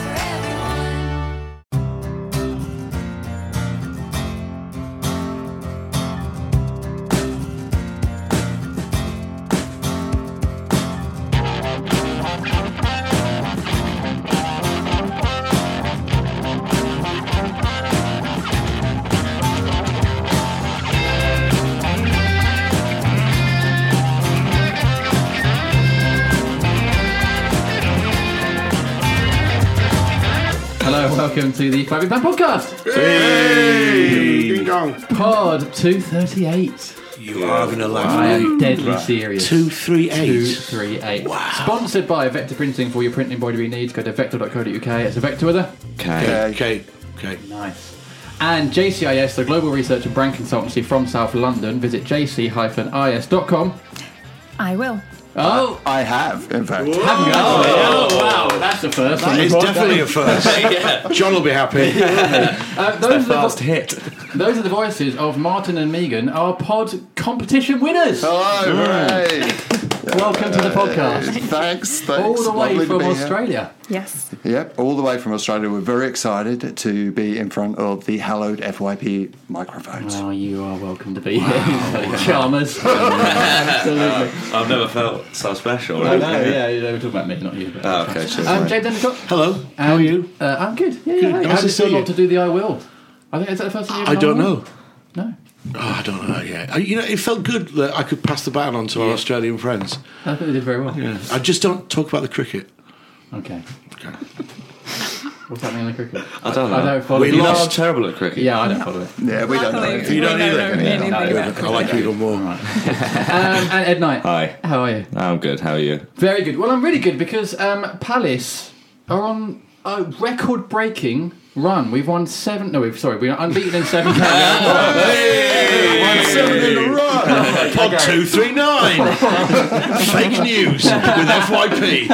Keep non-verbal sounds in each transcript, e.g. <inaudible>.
for everyone. Hello and welcome to the Fabio Pan Podcast, Ding dong. Pod 238. You are going to I laugh. am deadly serious. Two, three, eight. 238. Wow. Sponsored by Vector Printing for your print and embroidery needs. Go to vector.co.uk. It's a Vector with a Okay. Okay. Okay. Nice. And JCIS, the global research and brand consultancy from South London. Visit jc-is.com. I will. Oh, I have, in fact. haven't got oh, wow, that's the first one. It's definitely a <laughs> first. John will be happy. Uh, those, are the, hit. those are the voices of Martin and Megan, our pod competition winners. Hello, <laughs> hooray. Welcome to the podcast. Thanks, thanks. All the way Lovely to from be here. Australia. Yes. Yep, all the way from Australia. We're very excited to be in front of the hallowed FYP microphones. Oh, you are welcome to be <laughs> here, Chalmers. Absolutely. I've never felt so special. I know, yeah, they were talking about me, not you. But Oh, okay, sure. um, Jay Dennicott. Hello, how are you? Uh, I'm good. Yeah, yeah. Nice How to did you see not you. to do the I will? I think is that the first time you've I done don't I Will? know. No. Oh, I don't know. Yeah, I, you know, it felt good that I could pass the baton on to our Australian friends. I think they did very well. I just don't talk about the cricket. Okay. Okay. What's happening in the cricket? I don't know. I don't follow We it. You know lost. I'm terrible at cricket. Yeah, I don't follow it. Yeah, we don't know. anything. You don't either. No. I like you even more. Um, and Ed Knight. Hi. How are you? I'm good. How are you? Very good. Well, I'm really good because um, Palace are on a record-breaking run. We've won seven. No, we've sorry, we're unbeaten in <laughs> seven. Pod two three <laughs> nine. Fake news with FYP.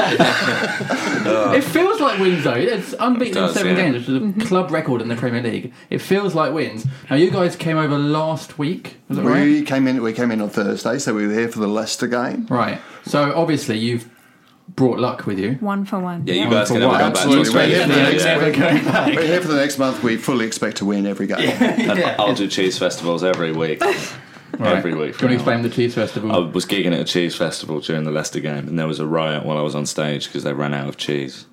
It feels like wins though. It's unbeaten It does, in seven yeah. games, which is a club record in the Premier League. It feels like wins. Now you guys came over last week, was that right? We came in. We came in on Thursday, so we were here for the Leicester game. Right. So obviously you've brought luck with you. One for one. Yeah, you guys for can never what? go back to Absolutely. Australia. Yeah, Yeah, yeah, yeah. Never going back. We're here for the next month. We fully expect to win every game. And I'll do cheese festivals every <laughs> week. Do Every week. Oh, you want to from now explain the Cheese Festival? on. I was gigging at a cheese festival during the Leicester game, and there was a riot while I was on stage because they ran out of cheese.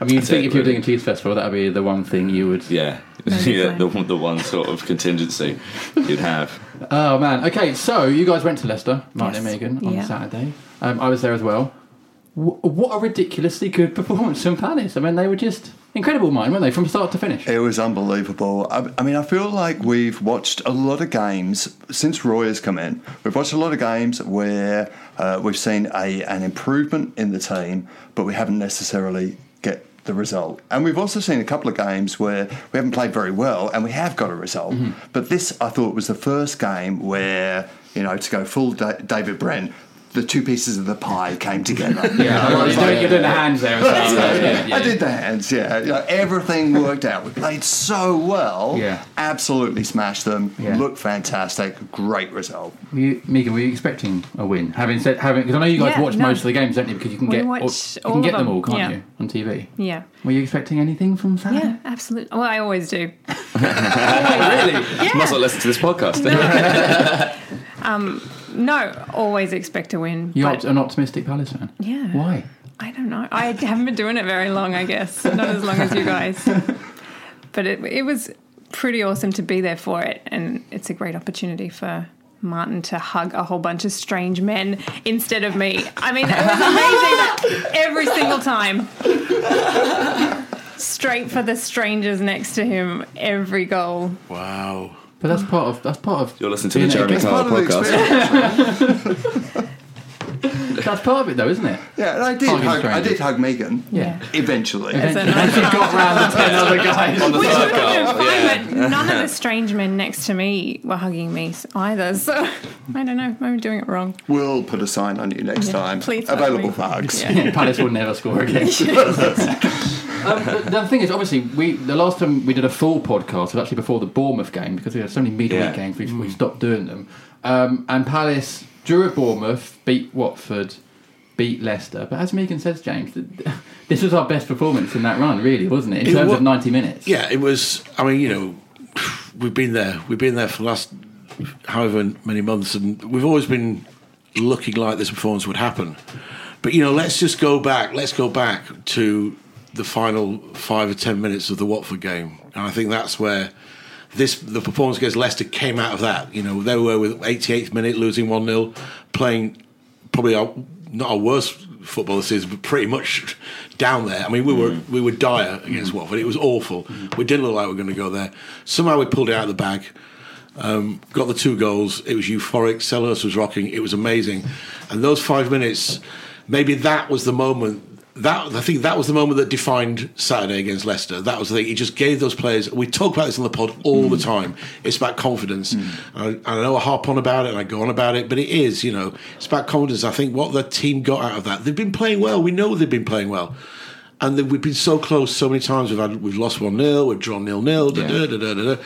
I mean, you think it, if you were doing really. a Cheese Festival, that would be the one thing you would. Yeah, That'd <laughs> be yeah, fine. the, the one sort of contingency you'd have. Oh man. Okay, so you guys went to Leicester, Martin Yes. and Megan, on Yeah. Saturday. Um, I was there as well. W- what a ridiculously good performance from Palace. I mean, they were just incredible, Martin, weren't they, from start to finish? It was unbelievable. I, I mean, I feel like we've watched a lot of games since Roy has come in. We've watched a lot of games where uh, we've seen a an improvement in the team, but we haven't necessarily get the result. And we've also seen a couple of games where we haven't played very well and we have got a result. But this, I thought, was the first game where you know to go full da- David Brent. The two pieces of the pie came together. Yeah, You know, <laughs> well, it's you don't, <laughs> like- you're doing the hands there. and stuff. Yeah, yeah. I did the hands, yeah. You know, everything worked out. We played so well. Yeah. Absolutely smashed them. Yeah. Looked fantastic. Great result. <laughs> Were you, Megan, were you expecting a win? Having said, having because I know you guys Yeah, watch no. most of the games, don't you? Because you can We get watch all, you all can get of them them, all, can't yeah. you, on TV? Yeah. Were you expecting anything from Saturday? Yeah, absolutely. Well, I always do. <laughs> really? You must not listen to this podcast. <laughs> No, always expect to win. You're but an optimistic Palace fan. Yeah. Why? I don't know. I haven't been doing it very long, I guess. Not as long as you <laughs> guys. But it, it was pretty awesome to be there for it. And it's a great opportunity for Martin to hug a whole bunch of strange men instead of me. I mean, it was <laughs> amazing every single time. Straight for the strangers next to him, every goal. Wow. But that's part of that's part of. You're listening to the being a Jeremy guest. Kyle podcast. That's part of it, though, isn't it? Yeah, and I did. Can't get Hug, I strangers. did hug Megan. Yeah. Eventually. It's a And she nice- got round the ten <laughs> other guys. Which would have been fine, yeah. but none of the strange men next to me were hugging me s- either. So I don't know. I'm doing it wrong. We'll put a sign on you next Yeah. time. Please hug Available me. for hugs. Yeah. <laughs> Palace will never score again. um, the, the thing is, obviously, we the last time we did a full podcast was actually before the Bournemouth game because we had so many midweek Yeah. games we, we stopped doing them. Um, and Palace drew at Bournemouth, beat Watford, beat Leicester. But as Megan says, James, th- <laughs> this was our best performance in that run, really, wasn't it? In It terms wa- of ninety minutes. Yeah, it was. I mean, you know, we've been there. We've been there for the last however many months, and we've always been looking like this performance would happen. But you know, let's just go back. Let's go back to the final five or ten minutes of the Watford game, and I think that's where this the performance against Leicester came out of that. You know, they were with 88th minute losing one 0 playing probably our, not our worst football this season, but pretty much down there. I mean, we were we were dire against Watford. It was awful. We didn't look like we were going to go there. Somehow we pulled it out of the bag. Um, got the two goals. It was euphoric. Sellers was rocking. It was amazing. And those five minutes, maybe that was the moment. That I think that was the moment that defined Saturday against Leicester. That was the thing. He just gave those players. We talk about this on the pod all the time. It's about confidence. And I, and I know I harp on about it and I go on about it, but it is, you know, it's about confidence. I think what the team got out of that. They've been playing well. We know they've been playing well. And then we've been so close so many times. We've had we've lost one 0 we've drawn nil nil. Da, da, Yeah. da, da, da, da.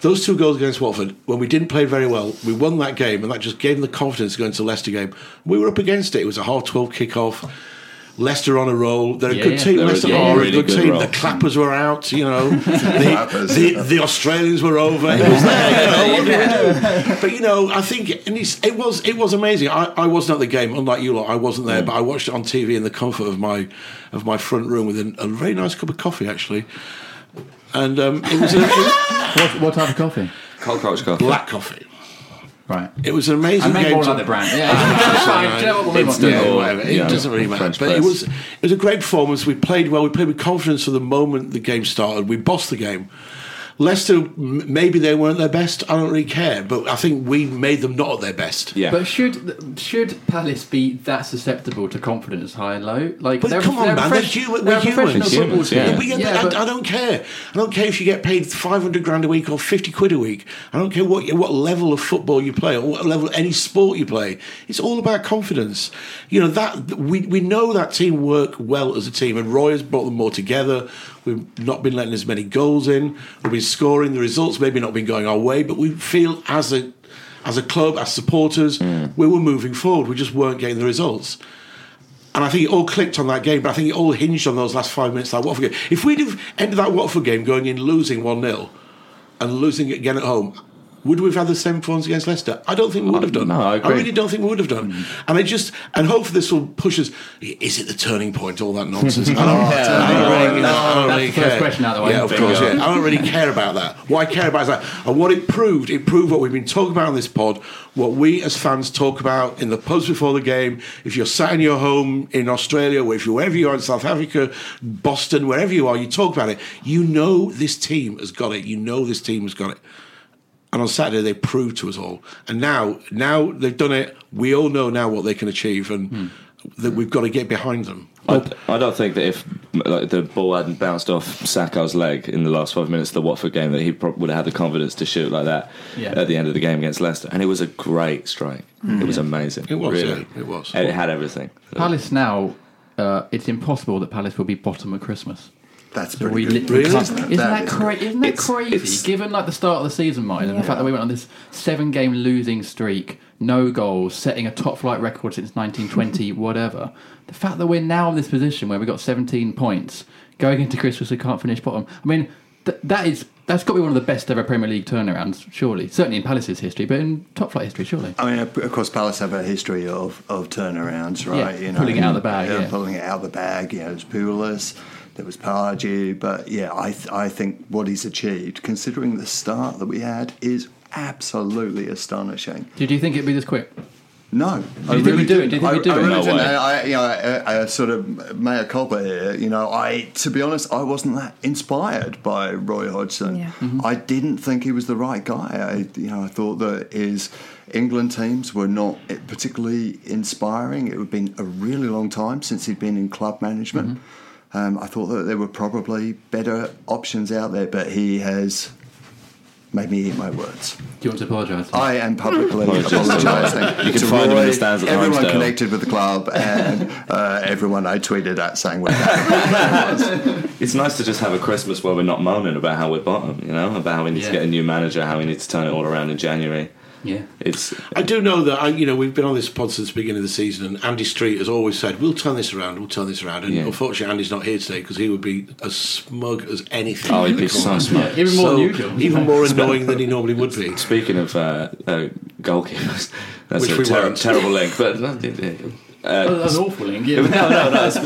Those two goals against Watford, when we didn't play very well, we won that game, and that just gave them the confidence to go into the Leicester game. We were up against it. It was a half 12 kick-off. Leicester on a roll. They're a Yeah, good yeah. team. They're a- Leicester yeah, are really a good, good team. roll. The clappers were out, <laughs> you know. the, Clappers. the, the Australians were over. It was there, you know. What do we do? But, you know, I think and it's, it was it was amazing. I, I wasn't at the game, unlike you lot. I wasn't there, but I watched it on TV in the comfort of my of my front room with an, a very nice cup of coffee, actually. And um, it was <laughs> a, What, what type of coffee? Cockroach coffee. black coffee. Right. It was an amazing And make game. more to- like the brand. Yeah. <laughs> That's fine. <laughs> Do you know what, we'll move on. Instant Yeah. yeah, or, whatever. It yeah, doesn't really matter. French but it press. was it was a great performance. We played well. We played with confidence from the moment the game started. We bossed the game. Leicester, m- maybe they weren't their best. I don't really care, but I think we made them not at their best. Yeah. But should should Palace be that susceptible to confidence high and low? Like, But come on, profes- man, they're hu- we're they're a humans. professional Humans, football team. yeah. We get that- but- I, I don't care. I don't care if you get paid five hundred grand a week or fifty quid a week. I don't care what what level of football you play or what level any sport you play. It's all about confidence. You know that we we know that team work well as a team, and Roy has brought them more together. We've not been letting as many goals in. We've been scoring. The results maybe not been going our way, but we feel as a as a club, as supporters, Mm. we were moving forward. We just weren't getting the results. And I think it all clicked on that game, but I think it all hinged on those last five minutes of that Watford game. If we'd have ended that Watford game going in losing 1 0 and losing it again at home, would we have had the same performance against Leicester? I don't think we would have done. no, I agree. Mm. really don't think we would have done. And I just, and hopefully this will push us. Is it the turning point? All that <laughs> nonsense. I don't, I don't really, you know, I That's don't really the first care. question out of the way. Yeah, of Bingo. course, yeah. I don't really care about that. What I care about is that. And what it proved, it proved what we've been talking about on this pod, what we as fans talk about in the pubs before the game. If you're sat in your home in Australia, or if you're wherever you are in South Africa, Boston, wherever you are, you talk about it. You know this team has got it. You know this team has got it. And on Saturday they proved to us all. And now, now they've done it. We all know now what they can achieve, and Hmm. that we've got to get behind them. I, I don't think that if like, the ball hadn't bounced off Saka's leg in the last five minutes of the Watford game, that he prob would have had the confidence to shoot like that Yeah. at the end of the game against Leicester. And it was a great strike. It was amazing. Mm. It was, really. yeah, it was. And it had everything. Palace now, uh, it's impossible that Palace will be bottom at Christmas. That's So pretty we good. literally Really? can't- Isn't that, is cra- isn't that It's- crazy? it's- Given like the start of the season, Martin, and the fact that we went on this seven-game losing streak, no goals, setting a top-flight record since 1920, whatever. The fact that we're now in this position where we have got 17 points going into Christmas, we can't finish bottom. I mean, th- that is that's got to be one of the best ever Premier League turnarounds, surely. Certainly in Palace's history, but in top-flight history, surely. I mean, of course, Palace have a history of, of turnarounds, right? Yeah, pulling it out of the bag, yeah. pulling it out of the bag. You know, there's Pulis, there was Pardew, but yeah, I th- I think what he's achieved, considering the start that we had, is absolutely astonishing. Did you think it'd be this quick? No, Do you think we do it? Do you think I, we do I it? really No didn't. way. I, I- you know, I, I, I sort of made a culpa here. You know, I to be honest, I wasn't that inspired by Roy Hodgson. Yeah. Mm-hmm. I didn't think he was the right guy. I, you know, I thought that his England teams were not particularly inspiring. It had been a really long time since he'd been in club management. Mm-hmm. Um, I thought that there were probably better options out there, but he has made me eat my words. you want to apologise? I am publicly Apologies. apologising. You can to find him in the Roy, stands at Everyone Ramsdale. connected with the club and uh, everyone I tweeted at saying we're back. It's nice to just have a Christmas where we're not moaning about how we're bottom, you know, about how we need Yeah. to get a new manager, how we need to turn it all around in January. yeah. It's I do know that I, you know we've been on this pod since the beginning of the season, and Andy Street has always said we'll turn this around, we'll turn this around. And Yeah. unfortunately, Andy's not here today because he would be as smug as anything. oh, he'd be so smart. Even more So, than usual. <laughs> even more annoying than he normally would be. Speaking of uh, uh, goalkeepers, <laughs> that's Which a we ter- weren't. terrible link. But uh, Oh, that was awful, Link. Yeah. <laughs> no, no, no. It's,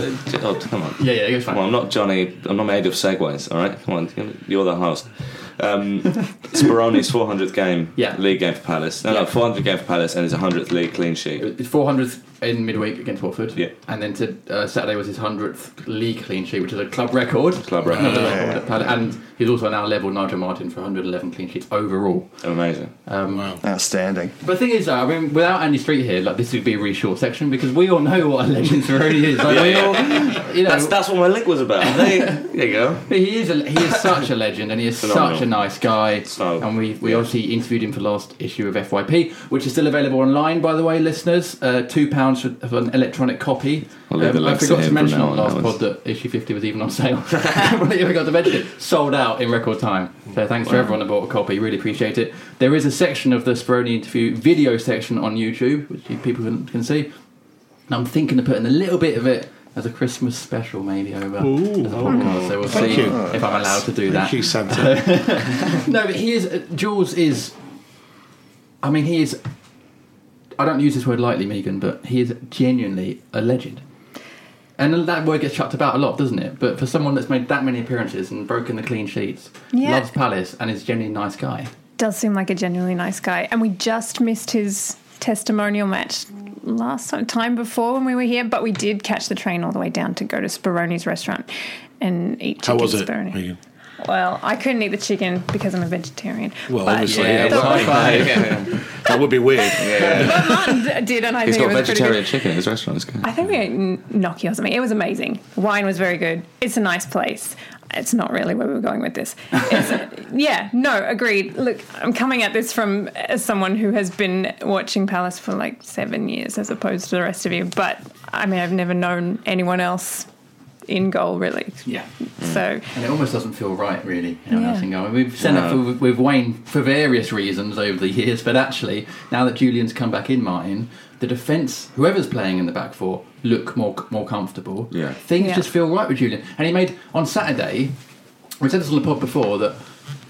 oh, come on. yeah, <laughs> yeah, go fine. Come on, I'm not Johnny. I'm not made of segues. All right, come on. You're the host. <laughs> Um, Speroni's 400th game, Yeah. league game for Palace. No, Yeah. no, 400th game for Palace, and his 100th league clean sheet. His 400th in midweek against Watford. Yeah. And then to, uh, Saturday was his 100th league clean sheet, which is a club record. Club record. Another record at Palace. And he's also now levelled Nigel Martin for 111 clean sheets overall. Amazing. um, Wow. Outstanding. But the thing is, though, I mean, without Andy Street here, like this would be a really short section because we all know what a legend Ferroni is. Like, we all, you know, That's that's what my link was <laughs> about. There, there you go. he is a, he is such a legend, and he is Phenomenal. such a nice guy. So- and we we obviously interviewed him for the last issue of FYP, which is still available online, by the way, listeners. Uh, Two pounds for, for an electronic copy. Um, I'll leave the I links to forgot to, him from mention now on on, the last that was- pod that issue fifty was even on sale. <laughs> I forgot to mention it. Sold out in record time. So thanks for everyone that bought a copy. Really appreciate it. There is a section of the Speroni interview video section on YouTube, which you- people can, can see. And I'm thinking of putting a little bit of it as a Christmas special, maybe over as a podcast. So we'll oh, Thank see you. if I'm allowed to do that. Thank <laughs> you, Santa. No, but he is. Uh, Jules is. I mean, he is. I don't use this word lightly, Megan, but he is genuinely a legend. And that word gets chucked about a lot, doesn't it? But for someone that's made that many appearances and broken the clean sheets, Yeah. loves Palace, and is genuinely a nice guy. Does seem like a genuinely nice guy. And we just missed his testimonial match last time, time before when we were here, but we did catch the train all the way down to go to Speroni's restaurant and eat How chicken was it? Speroni. Megan? Well, I couldn't eat the chicken because I'm a vegetarian. Well, but- obviously, yeah, yeah, it's well, not I- that would be weird. But Martin d- did, and <laughs> I He's think got it was pretty good. vegetarian chicken at his restaurant. It's good. I think we ate n- gnocchi or something. It was amazing. Wine was very good. It's a nice place. It's not really where we were going with this. It's, yeah, no, agreed. Look, I'm coming at this from as someone who has been watching Palace for like seven years as opposed to the rest of you. But I mean, I've never known anyone else in goal really. Yeah. So And it almost doesn't feel right, really. You know, Yeah. nothing going. We've sent up with, with Wayne for various reasons over the years, but actually, now that Julian's come back in, Martin, the defence, whoever's playing in the back four, look more more comfortable. Yeah. things Yeah. just feel right with Julian. And he made on Saturday. We said this on the pod before that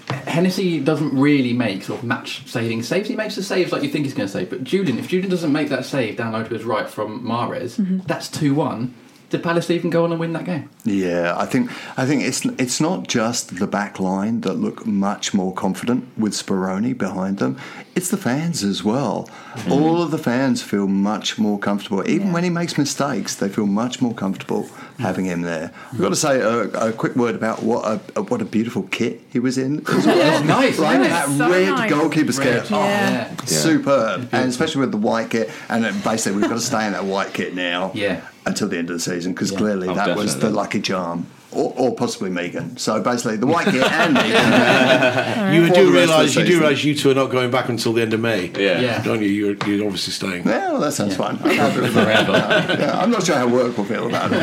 Hennessy doesn't really make sort of match saving saves. He makes the saves like you think he's going to save. But Julian, if Julian doesn't make that save down low to his right from Mares, Mm-hmm. that's two one. Did Palace even go on and win that game? Yeah, I think I think it's it's not just the back line that look much more confident with Speroni behind them. It's the fans as well. All of the fans feel much more comfortable. Even when he makes mistakes, they feel much more comfortable having him there. I've got to say a, a quick word about what a what a beautiful kit he was in. as well. Yeah, nice. Like yeah. that so red nice. goalkeeper's Red, kit. Oh, yeah. Yeah. Superb, and especially with the white kit, and it- basically we've got to stay in that white kit now. Yeah. Until the end of the season, because Yeah. clearly Oh, that was the definitely. lucky charm, or, or possibly Megan. So basically, the white kit and Megan. You For do the rest of realise the you do season. realise you two are not going back until the end of May. Yeah. Yeah. Don't you? You're, you're obviously staying. Yeah, well, that sounds fun. I'm happy with that. <laughs> Yeah, I'm not sure how work will feel about it.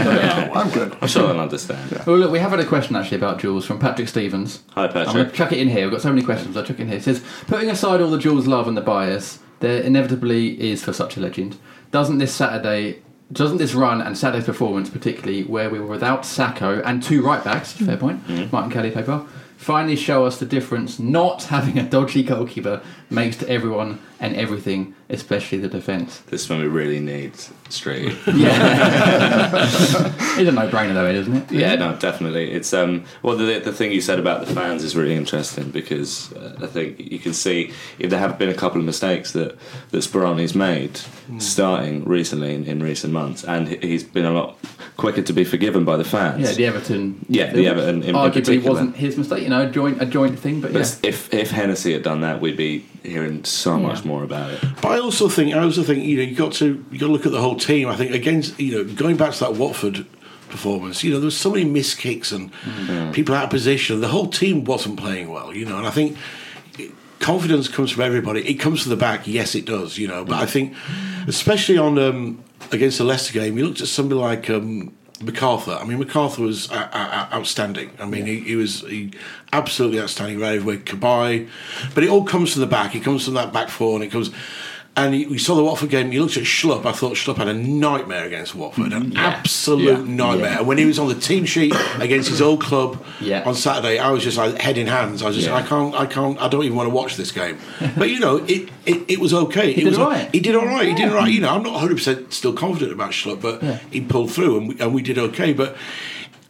I'm good. I'm sure I'll understand. Well, look, we have had a question actually about Jules from Patrick Stevens. Hi, I'm Patrick. going to chuck it in here. We've got so many questions. I'll chuck it in here. It says, putting aside all the Jules love and the bias, there inevitably is for such a legend. Doesn't this Saturday, doesn't this run and Saturday's performance, particularly where we were without Sacco and two right backs, fair point, Hmm. Martin Kelly, Paper, finally show us the difference not having a dodgy goalkeeper makes to everyone and everything, especially the defence. This one we really need straight. Yeah. it's a no brainer, though, isn't it? Yeah, no, definitely. It's um. Well, the the thing you said about the fans is really interesting because uh, I think you can see if there have been a couple of mistakes that that Speroni's made Hmm. starting recently in, in recent months, and he- he's been a lot quicker to be forgiven by the fans. Yeah, the Everton. Yeah, the Everton in- in arguably particular. wasn't his mistake. You know, a joint a joint thing, but, But yeah. s- if if Hennessy had done that, we'd be hearing so much more about it. But I also think I also think you know you got to you got to look at the whole team. I think against you know going back to that Watford performance, you know there was so many missed kicks and people out of position. The whole team wasn't playing well, you know, and I think confidence comes from everybody. It comes from the back, yes, it does, you know. But I think, especially on um, against the Leicester game, you looked at somebody like um, MacArthur. I mean, MacArthur was uh, uh, outstanding. I mean, he, he was he absolutely outstanding right away. Kabai, but it all comes from the back. It comes from that back four, and it comes. And you- we saw the Watford game. You looked at Schlupp. I thought Schlupp had a nightmare against Watford, an absolute Mm, Yeah. nightmare. Yeah. And when he was on the team sheet against his old club Yeah. on Saturday, I was just like head in hands. I was just Yeah. I can't I can't I don't even want to watch this <laughs> game. But you know, it it, it was okay. He it did was all o- right. He did all right. He did all Yeah. right. You know, I'm not 100 percent still confident about Schlupp, but Yeah. he pulled through and we, and we did okay. But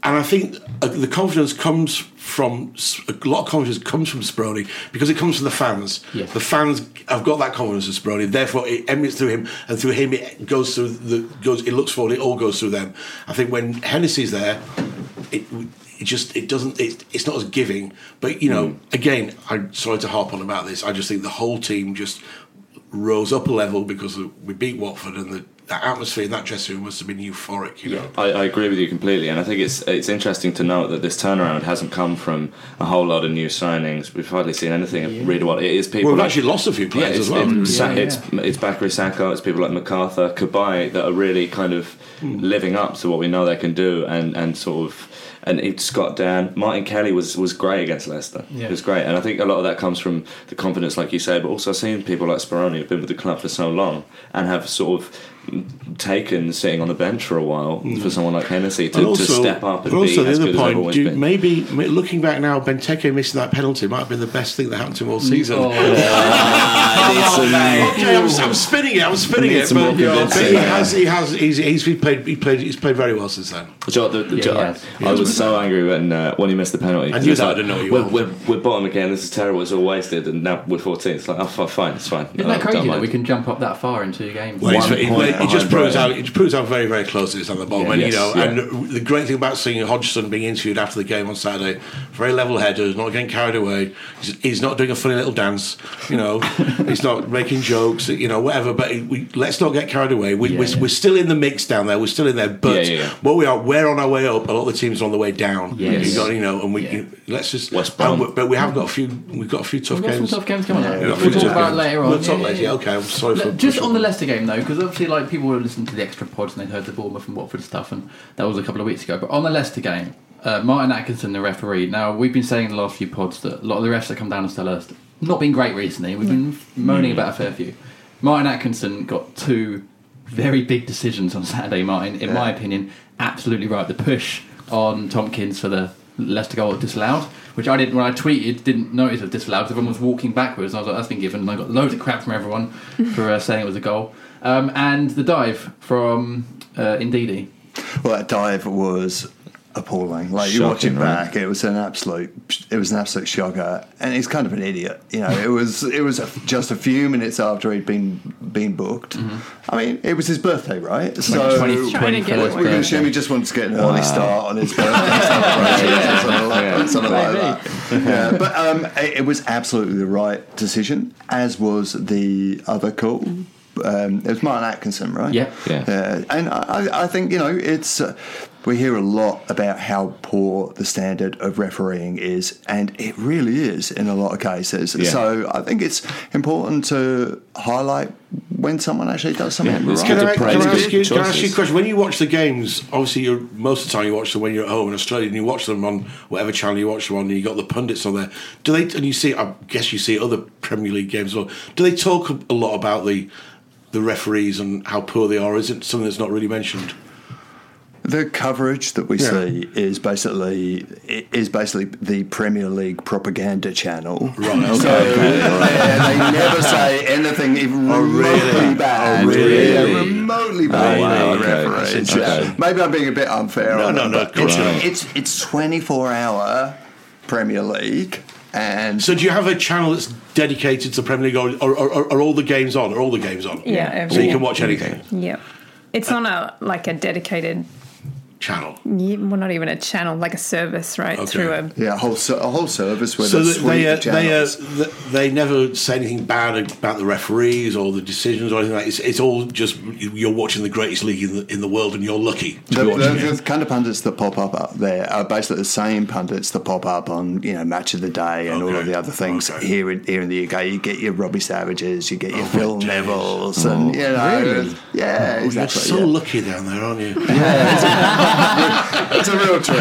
and I think uh, the confidence comes from S- a lot of confidence comes from Sprony because it comes from the fans. Yes. The fans have got that confidence of Sprony, therefore it emanates through him, and through him it goes through the goes. It looks forward. It all goes through them. I think when Hennessy's there, it. It just it doesn't it, it's not as giving but you know Hmm. again I'm sorry to harp on about this I just think the whole team just rose up a level because we beat Watford and the that atmosphere in that dressing room must have been euphoric you know I, I agree with you completely, and I think it's it's interesting to note that this turnaround hasn't come from a whole lot of new signings. We've hardly seen anything of really what it is. People well we've like- actually lost a few Yeah, players it's, as well it's, Yeah, yeah. it's, it's Bakary Saka, it's people like MacArthur, Kabai that are really kind of Hmm. living up to what we know they can do, and, and sort of and it's Scott Dan, Martin Kelly was was great against Leicester. Yeah. It was great, and I think a lot of that comes from the confidence, like you say, but also seeing people like Speroni who've been with the club for so long and have sort of taken sitting on the bench for a while for someone like Hennessy to, Hmm. And to step up and but also be as the good other as point, they've always do you- been. maybe ma- looking back now, Benteke missing that penalty might have been the best thing that happened to him all Mm. season. Oh. Oh. Okay, I'm, I'm spinning it. I'm spinning Need it. some more But, but he convincing. has, he has, he's, he's been played, he played, he's played very well since then. Joe, the, the, Yeah, Joe, he has. I, I was so angry when uh, when he missed the penalty. I knew It's that, I like, didn't know you we're, were. we're, we're bottom again. This is terrible. It's all wasted, and now we're 14. It's like, oh, fi- fine, it's fine. Isn't that crazy that we can jump up that far in two games? Well, it's- One it, point it just behind proves how Brighton. it proves how very very close it is on the bottom. Yeah. and you Yes, know, yeah. and the great thing about seeing Hodgson being interviewed after the game on Saturday, very level headed, not getting carried away. He's, he's not doing a funny little dance, you <laughs> know. he's not making jokes, you know, whatever. But it, we, let's not get carried away. We, Yeah, we're, yeah. we're still in the mix down there. We're still in there. But Yeah, yeah, yeah. what we are, we're on our way up. A lot of the teams are on the way down. Yes. You got you know, and we Yeah. let's just. West Brom. and we- but we have got a few. We've got a few tough We've got some games. tough games coming up. We've got a We'll few talk tough about games. later on. We'll talk Yeah, later. yeah, yeah. Okay, I'm sorry for Just on the Leicester game though, because obviously like people were listening to the extra pods and they heard the Bournemouth and Watford stuff, and that was a couple of weeks ago. But on the Leicester game, uh, Martin Atkinson, the referee. Now we've been saying in the last few pods that a lot of the refs that come down and tell us not been great recently. We've been moaning about a fair few. Martin Atkinson got two very big decisions on Saturday. Martin, in my opinion, absolutely right. The push on Tompkins for the Leicester goal disallowed, which I didn't when I tweeted didn't notice was disallowed. 'cause Everyone was walking backwards, and I was like, "That's been given." And I got loads of crap from <laughs> everyone for uh, saying it was a goal. Um, and the dive from uh, Indeedy. Well, that dive was appalling. Like you watch it Shocking, right? back, it was an absolute, it was an absolute shocker. And he's kind of an idiot, you know. It was, it was just a few minutes after he'd been been booked. I mean, it was his birthday, right? So 20 <laughs> Trying to 21st get it we can birthday. assume he just wants to get an early start on his birthday celebration or something like- something like that. Yeah, but um, it, it was absolutely the right decision, as was the other call. Um, it was Martin Atkinson, right? Yeah. Yeah. and I, I- I think you know it's. Uh, we hear a lot about how poor the standard of refereeing is, and it really is in a lot of cases. Yeah. So I think it's important to highlight when someone actually does something Yeah, it's right. good Can I, to can, praise I ask good you, can I ask you a choices. question? When you watch the games, obviously you're, most of the time you watch them when you're at home in Australia, and you watch them on whatever channel you watch them on, and you got the pundits on there. Do they? And you see, I guess you see other Premier League games. as Well, do they talk a lot about the the referees and how poor they are? Is it something that's not really mentioned? The coverage that we Yeah. see is basically i- is basically the Premier League propaganda channel. Right. So yeah, they never say anything even remotely bad. Oh, really? Oh, Yeah, remotely bad. wow, about the okay. referees. That's interesting. Yeah. Maybe I'm being a bit unfair. No, on no, them, no, but of course it's- not. It's it's 24 hour Premier League, and So, do you have a channel that's dedicated to Premier League, or, or, or are all the games on? Are all the games on? Yeah, So you everything. can watch anything. Yep. It's on a like a dedicated channel. Ye- well, not even a channel, like a service, right? Okay. Through a Yeah, a whole, ser- a whole service with So a that suite they uh, of they uh, channels. th- they never say anything bad about the referees or the decisions or anything like. That. It's, it's all just you're watching the greatest league in the, in the world, and you're lucky to The, be watching the, it. the kind of pundits that pop up out there are basically the same pundits that pop up on you know match of the day and all Okay. of the other things Okay. here in here in the UK. You get your Robbie Savages, you get your Oh, Phil days. Nevilles, and you know, really? yeah, Oh, you're exactly. so yeah. lucky down there, aren't you? It's a real <laughs> trick.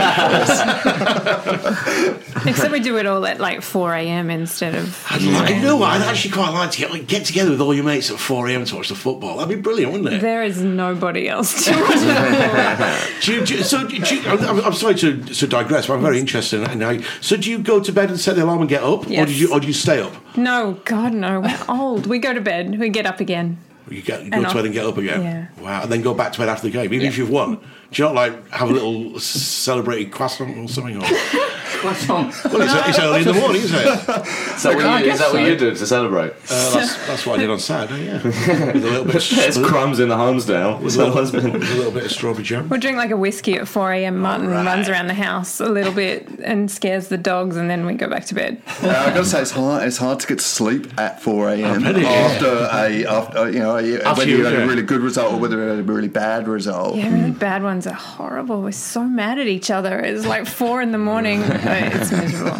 Except we do it all at like 4 a.m. instead of. I'd like, you know what? I'd actually quite like to get like, get together with all your mates at 4 a.m. to watch the football. That'd be brilliant, wouldn't it? There is nobody else to <laughs> watch. Do you, do you- so, do you, I'm, I'm sorry to, to digress, but I'm very interested. In, in how you- so, do you go to bed and set the alarm and get up, or Yes. do you or do you stay up? no, God, no. We're old. We go to bed. We get up again. You get you And go to I'll- bed and get up again. Yeah. Wow, and then go back to bed after the game, even if you've won. Do you not like have a little s- celebrated croissant or <laughs> something? Or, well, What's wrong? it's, it's early in the morning, isn't it? Uh, Is that, I what you, guess is that what so. you do to celebrate? that's, that's what I did on Saturday. <laughs> Yeah, with a little bit. Of, <laughs> There's with crumbs in the <laughs> Holmesdale. a little- Someone's been. with a little bit of strawberry jam. We'll drink like a whiskey at 4 a.m. Martin All right. runs around the house a little bit and scares the dogs, and then we go back to bed. Uh, I've got to say, it's hard. It's hard to get to sleep at four a.m. bet it is. after a after uh, you know a, After whether you- you had yeah. a really good result or whether you had a really bad Oh. result. Yeah, really bad ones are horrible. We're so mad at each other. It's like 4 in <laughs> the morning. Uh, it's miserable.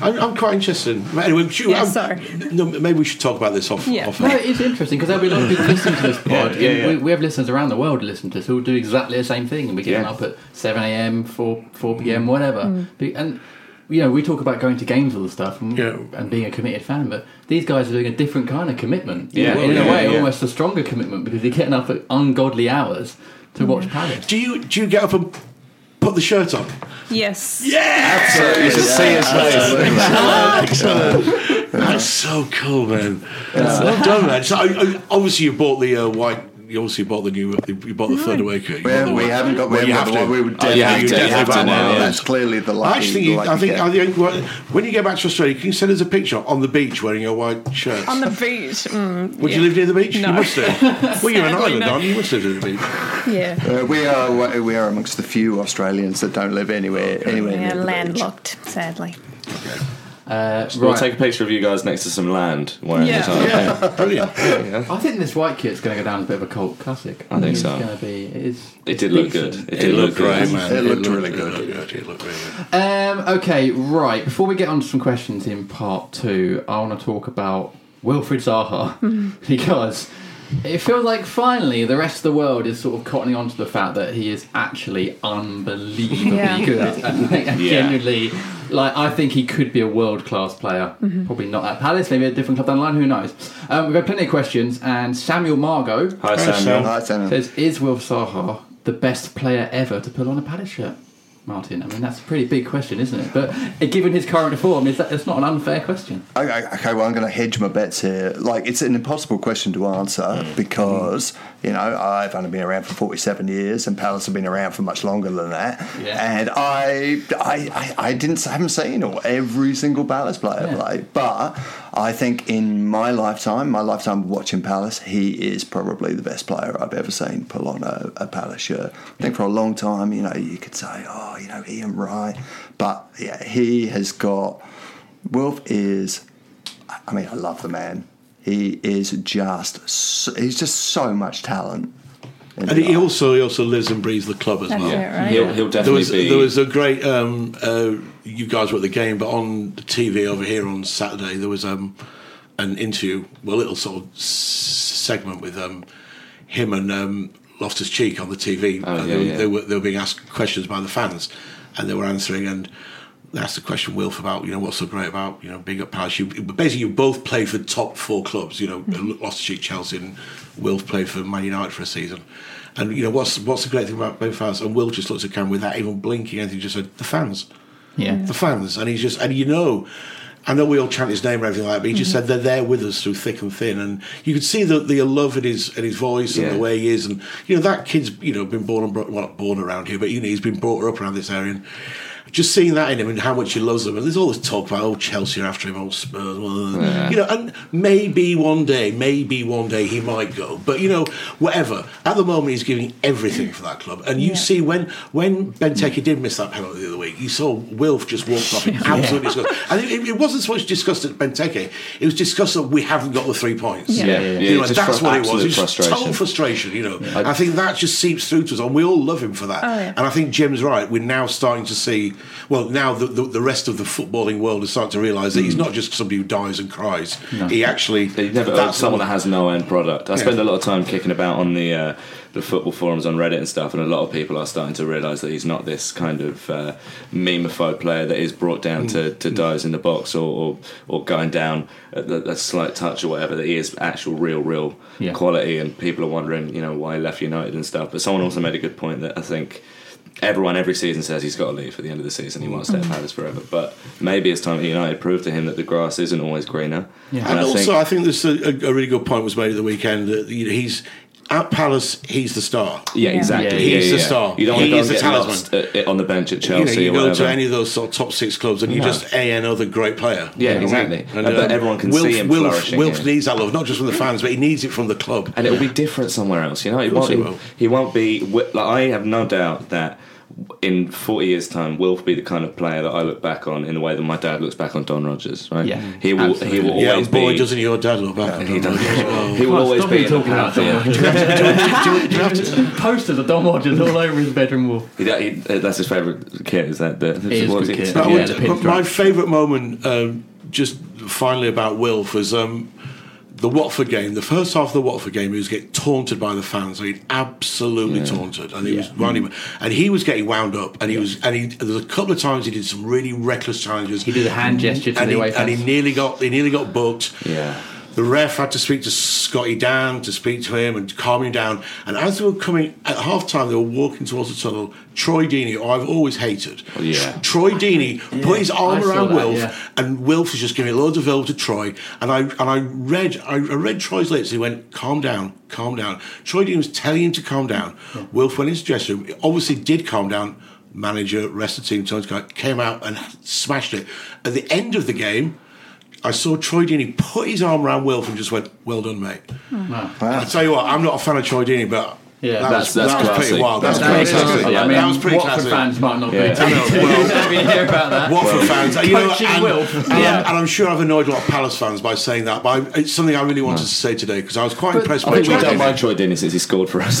I'm, I'm quite interested. in- Anyway, should, Yeah, I'm- sorry. No, maybe we should talk about this off. Yeah. off No, it's interesting because there'll be a lot of people listening to this pod. Mm. <laughs> Yeah, yeah, and yeah. We, we have listeners around the world listen to us who do exactly the same thing and we're getting Yeah. up at 7 a.m., 4, 4 Mm. p.m., whatever. Be- And, you know, we talk about going to games all the stuff and, Yeah. and being a committed fan, but these guys are doing a different kind of commitment. Yeah, In yeah, a way, yeah. almost a stronger commitment because they're getting up at ungodly hours to watch Palace. Do you do you get up and put the shirt on? yes. Absolutely, <laughs> Excellent. That's so cool, man. Well done, man. So, I- I- obviously you bought the uh, white. You obviously bought the new. You bought the third awaker. You We, bought the haven't, we white- haven't got. We Well, you haven't got have the one. to. We would Oh, definitely, yeah, you get definitely that have to one. now, yeah. That's clearly the lucky. I actually think, the you, lucky I, think get. I think what- when you get back to Australia, can you send us a picture on the beach wearing your white shirt? On the beach. Mm, Would you yeah. live near the beach? No. You <laughs> must do. well, you're an Sadly, island, no. aren't you? You must live near the beach. Yeah. Uh, we are we are amongst the few Australians that don't live anywhere anywhere Yeah, near the beach. landlocked, sadly. Uh, <laughs> We'll right. take a picture of you guys next to some land wearing Yeah. this other thing. Yeah, brilliant. I think this white kit's going to go down as a bit of a cult classic. I think it's so. Going to be. It is. It did look decent. good. It did look Great, good. man. It looked really it good. looked It looked really good. Um, okay, right. Before we get on to some questions in part two, I want to talk about Wilfred Zaha because it feels like finally the rest of the world is sort of cottoning onto the fact that he is actually unbelievably Yeah. good. <laughs> And, like, Yeah. Genuinely, like I think he could be a world class player. Probably not at Palace, maybe at a different club down the line. Who knows? Um, we've had plenty of questions, and Samuel Margot Hi, Samuel. Hi, Sam. says, "Is Wilf Zaha the best player ever to put on a Palace shirt?" Martin, I mean that's a pretty big question, isn't it? But uh, given his current form, is that it's not an unfair question. I- I- okay, well, I'm going to hedge my bets here. Like, it's an impossible question to answer Mm. because, you know, I've only been around for 47 years and Palace have been around for much longer than that. Yeah. And I, I, I, I didn't, I haven't seen all- every single Palace player Yeah. play, but I think in my lifetime, my lifetime of watching Palace, he is probably the best player I've ever seen pull on a, a Palace shirt. I think for a long time, you know, you could say, oh, you know, Ian Wright, but yeah, he has got. Wilf is, I mean, I love the man. He is just, so, he's just so much talent. in And the he guy. also he also lives and breathes the club as That's well. it, right? He'll, he'll There definitely was be. there was a great um, uh, you guys were at the game, but on the TV over here on Saturday there was um, an interview, well, a little sort of s- segment with um, him and um, Loftus Cheek on the TV. Oh, and yeah, they, were- yeah. they were they were being asked questions by the fans, and they were answering and. They asked the question, Wilf, about you know what's so great about you know being at Palace. You basically you both played for the top four clubs. You know, Loftus Cheek, Chelsea, and Wilf played for Man United for a season. And you know what's what's the great thing about being fans? And Wilf just looked at the camera without even blinking, and he just said, "The fans, Yeah, the fans," and he's just and you know. I know we all chant his name and everything like that, but he just said they're there with us through thick and thin, and you could see the the love in his in his voice and Yeah. the way he is, and you know that kid's you know been born and brought well not born around here, but you know he's been brought up around this area, and Just seeing that in him and how much he loves them, and there's all this talk about oh Chelsea are after him, oh Spurs, blah, blah, blah. you know, and maybe one day, maybe one day he might go, but you know, whatever. At the moment, he's giving everything for that club, and you see when when Benteke did miss that penalty the other week, you saw Wilf just walked off in absolute disgust. And it, it wasn't so much disgust at Benteke; it was disgust that we haven't got the three points. Yeah. Yeah, yeah, yeah. Yeah, You know, just that's fru- what it was. absolute It's just total frustration. frustration, you know. I, think that just seeps through to us, and we all love him for that. Oh, yeah. And I think Jim's right. We're now starting to see, well, now the, the, the rest of the footballing world is starting to realise that he's not just somebody who dies and cries. He actually. Hmm. They never that's someone all- that has no end product. I Yeah. spend a lot of time kicking about on the uh, the football forums on Reddit and stuff, and a lot of people are starting to realise that he's not this kind of uh, memeified player that is brought down to, to dives in the box or or, or going down at the, a slight touch or whatever. That he is actual real, real Yeah. quality, and people are wondering, you know, why he left United and stuff. But someone also made a good point that I think. Everyone every season says he's got to leave at the end of the season. He wants to stay at Palace forever, but maybe it's time that United proved to him that the grass isn't always greener. Yeah. And, also, I think this a, a really good point was made at the weekend that you know, he's at Palace, he's the star. Yeah, Yeah. exactly. Yeah, he's yeah, the yeah. star. You don't want He to go is and the get talisman. lost at- at- on the bench at You know, Chelsea you or go whatever. to any of those sort of top six clubs and you just a and other great player. Yeah, You know what I mean? uh, exactly. And that everyone can see him flourishing Wilf here. needs that love, not just from the fans, but he needs it from the club. and it'll be different somewhere else. You know, it course won't, it he, will. won't. be. wi- Like, I have no doubt that in 40 years' time, Wilf will be the kind of player that I look back on in the way that my dad looks back on Don Rogers. Right? Yeah, he will. He will absolutely. yeah, always and boy, be. doesn't your dad look back. at <laughs> he him. <laughs> does. He Come will on, always stop be me in the talking about Don pantheon. Rogers. <laughs> Posters of Don Rogers all over his bedroom wall. He- he- That's his favourite kit. Is that the? is what good it? kit. But I Yeah, would- the pin but my drop. favourite moment, um, just finally about Wilf, was um, the Watford game. The first half of the Watford game, he was getting taunted by the fans. I mean, absolutely taunted, and he was round him, and he was getting wound up, and he was, and he and there was a couple of times he did some really reckless challenges. He did a hand gesture to and the he, away and he fans. nearly got he nearly got booked. Yeah. The ref had to speak to Scotty Dan to speak to him and calm him down. And as they were coming at half time, they were walking towards the tunnel. Troy Deeney, who I've always hated. Yeah. Tr- Troy Deeney put his arm I saw around that, Wilf, yeah. and Wilf was just giving loads of velvet to Troy. And I and I read I, I read Troy's lips. He went, "Calm down, calm down." Troy Deeney was telling him to calm down. Wilf went into the dressing room. Obviously, did calm down. Manager, rest of the team, Tony's guy came out and smashed it. At the end of the game, I saw Troy Deeney put his arm around Wilf and just went, "Well done, mate." Hmm. I tell you what, I'm not a fan of Troy Deeney, but Yeah. that, That's- was, that's that was pretty classy. wild. That's, pretty That's classy. classy. Yeah, I mean, that was pretty Watford classy. fans might not Yeah. be too I know, well- <laughs> happy to hear about that. Watford fans, you know, Coaching and, Wilf. and Yeah. I'm, and I'm sure I've annoyed a lot of Palace fans by saying that, but I, it's something I really wanted to say today because I was quite impressed I by think we Troy don't Deeney. mind Troy Deeney since he scored for us. <laughs>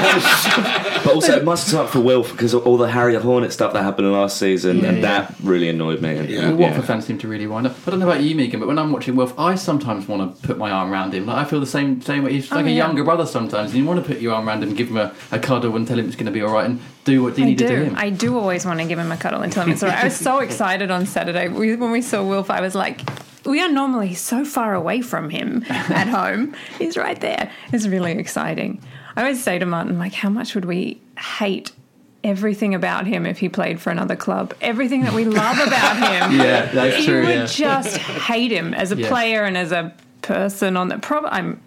but also, it must have up for Wilf because all the Harriet Hornet stuff that happened last season, and yeah. that really annoyed me. And- Yeah. The and- Watford fans seem to really wind up. I don't know about you, Megan, but when I'm watching Wilf, I sometimes want to put my arm around him. Like I feel the same same way. He's like a Oh, yeah. younger brother sometimes, and you want to put your arm around him, give him a, a cuddle, and tell him it's going to be all right, and do what I Dini did to do. him. I do always want to give him a cuddle and tell him it's all right. I <laughs> was so excited on Saturday We- when we saw Wilf. I was like, we are normally so far away <laughs> from him at home. He's right there. It's really exciting. I always say to Martin, like, how much would we hate everything about him if he played for another club? Everything that we <laughs> love about him. yeah, that's you true. would Yeah. just hate him as a Yeah. player and as a person on the prob I'm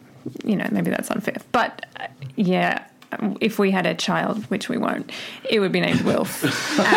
you know maybe that's unfair but uh, yeah if we had a child which we won't it would be <laughs> named Wilf Wow.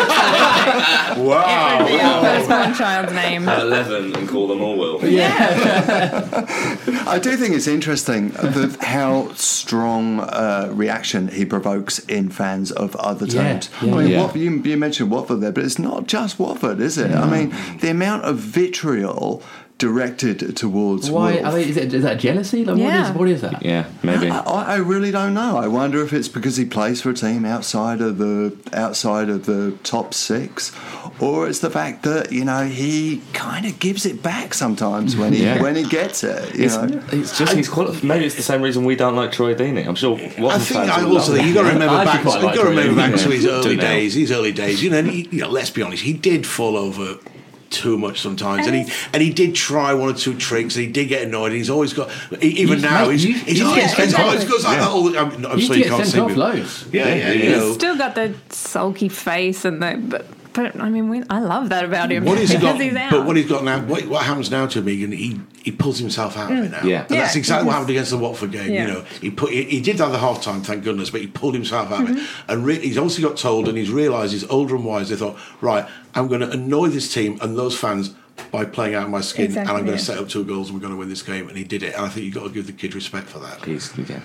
It would be our firstborn child's name At 11 and call them all Wilf. I do think it's interesting that how strong uh, reaction he provokes in fans of other Yeah, teams. yeah. I mean, Yeah. Wat- you, you mentioned Watford there, but it's not just Watford, is it? I mean, the amount of vitriol directed towards Why Wolves. are they, is, it, is that jealousy? Like, what, Yeah. is, what is that? Yeah, maybe. I, I really don't know. I wonder if it's because he plays for a team outside of the outside of the top six, or it's the fact that you know he kind of gives it back sometimes when he Yeah. when he gets it. You It's, know, it's just he's qualified. Maybe it's the same reason we don't like Troy Deeney. I'm sure. I Watford think fans I will also think love him. you got to remember I actually back. quite like you got to Troy remember Deeney. back to his early now. days. His early days. You know, and he, you know, let's be honest. He did fall over too much sometimes, and he and he did try one or two tricks, and he did get annoyed. And he's always got e- even He's- now. mate, He's, you- he's, you always, get he's sent always off. goes. I, oh, I'm, I'm You sure used to you get can't sent see off me. loads. Yeah, yeah, you know. still got the sulky face and the but But I mean, we, I love that about him What <laughs> he's because got, he's out. but what he's got now, what, what happens now to Megan? He he pulls himself out of it now. Yeah. and that's Yeah. exactly what happened against the Watford game. Yeah. You know, he put he, he did have the half time, thank goodness, but he pulled himself out of it. And re- he's obviously got told, and he's realised he's older and wiser. He thought, right, I'm going to annoy this team and those fans by playing out of my skin, and I'm Exactly, going to yeah. set up two goals, and we're going to win this game. And he did it. And I think you've got to give the kid respect for that. He's, yeah.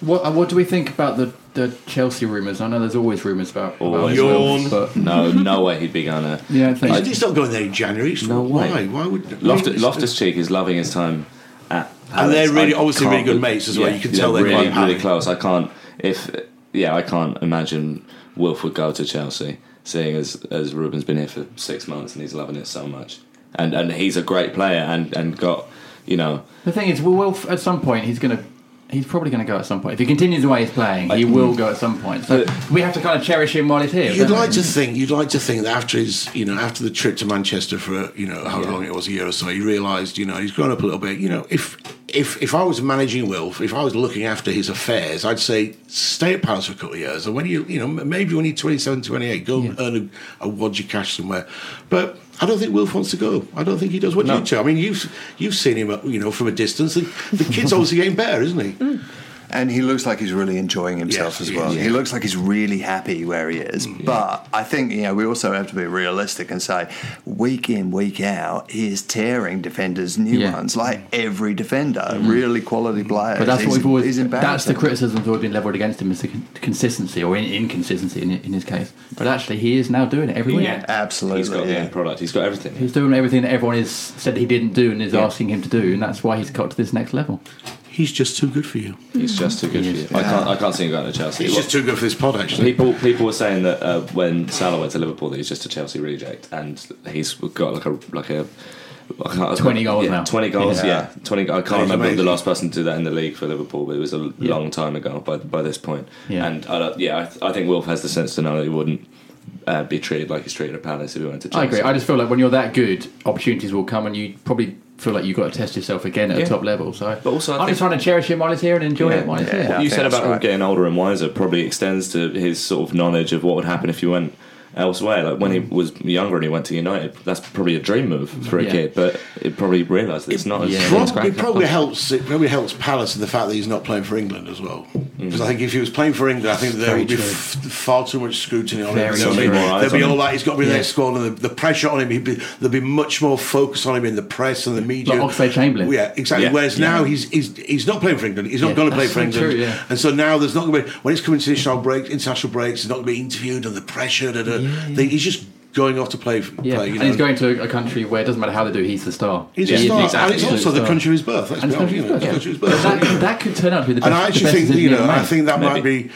What, uh, what do we think about the, the Chelsea rumours? I know there's always rumours about, about Always. Wilf, but No, no way he'd be gonna. yeah, I think He's, he's not going there in January. It's- No why? way. Why would Loftus, Loftus Cheek is loving his time at. Palace. they're really- I obviously really can't good be- mates as well. You can tell they're really, quite happy. really close. I can't. If yeah, I can't imagine Wilf would go to Chelsea, seeing as as Ruben's been here for six months and he's loving it so much, and and he's a great player and and got you know the thing is, well, Wilf at some point he's going to. He's probably going to go at some point. If he continues the way he's playing, he will go at some point. So we have to kind of cherish him while he's here. You'd don't like we? to think you'd like to think that after his you know after the trip to Manchester for you know how long it was a year or so he realised you know he's grown up a little bit you know if if if I was managing Wilf if I was looking after his affairs I'd say stay at Palace for a couple of years and when you you know m- maybe when you're 27 28 go and earn a, a wodge of cash somewhere but I don't think Wilf wants to go I don't think he does what do you two I mean you've you've seen him you know from a distance the, the kid's obviously getting better isn't he And he looks like he's really enjoying himself Yes, as he well. is, yeah. He looks like he's really happy where he is. But I think, you know, we also have to be realistic and say week in, week out, he is tearing defenders new Yeah. Mm-hmm. ones, like every defender, really quality players. But that's he's, what we've he's always. That's embarrassing. the criticism that's always been levelled against him is the con- consistency or in- inconsistency in, in his case. But actually, he is now doing it every week. Yeah. Absolutely. he's got the yeah. end product. He's got everything. He's doing everything that everyone is said he didn't do and is Yeah. asking him to do, and that's why he's got to this next level. he's just too good for you He's just too good for you. I can't. I can't see him going to Chelsea. he's What- just too good for this pod actually People, people were saying that uh, when Salah went to Liverpool, that he's just a Chelsea reject, and he's got like a like a. I can't- 20 goals yeah, now. Twenty goals, yeah. Twenty. I can't remember amazing. the last person to do that in the league for Liverpool, but it was a l- long time ago. By by this point, Yeah. and I don't, yeah, I, th- I think Wolf has the sense to know that he wouldn't uh, be treated like he's treated at Palace if he went to I Chelsea. agree. I just feel like when you're that good, opportunities will come, and you probably feel like you've got to test yourself again at a Yeah. top level. So, But also I I'm just think- trying to cherish him while he's here and enjoy it while he's yeah. here. what you I think said that's about him right. getting older and wiser probably extends to his sort of knowledge of what would happen if you went elsewhere. Like when he was younger and he went to United, that's probably a dream move for a Mm. Yeah. kid, but it probably realised that it's not as Yeah. it's Prob- great. it probably helps. It probably helps Palace in the fact that he's not playing for England as well. Mm. Because I think if he was playing for England, I think there Very would be true. f- far too much scrutiny on Very him. There'll be, true. More eyes there'll be on all him. that. He's got to be in the Yeah. next squad, and the, the pressure on him. He'd be, there'll be much more focus on him in the press and the media. Oxlade-Chamberlain. Yeah, exactly. Yeah. Whereas now he's, he's he's not playing for England. He's not Yeah, going to play that's for so England. true, yeah. And so now there's not going to be when it's coming to international breaks. International breaks, he's not going to be interviewed and the pressure. Da, da, They, he's just going off to play. f- Yeah. play, you and he's know. going to a country where it doesn't matter how they do, he's the star. He's He a is star, the and exact it's absolute also the star. country of his birth. Let's And be it's honest, country you know, it's the country of of his birth. birth. yeah. That, that could turn out to be the best. And I the actually best think decision you he know, ever I made. think that might Maybe. be,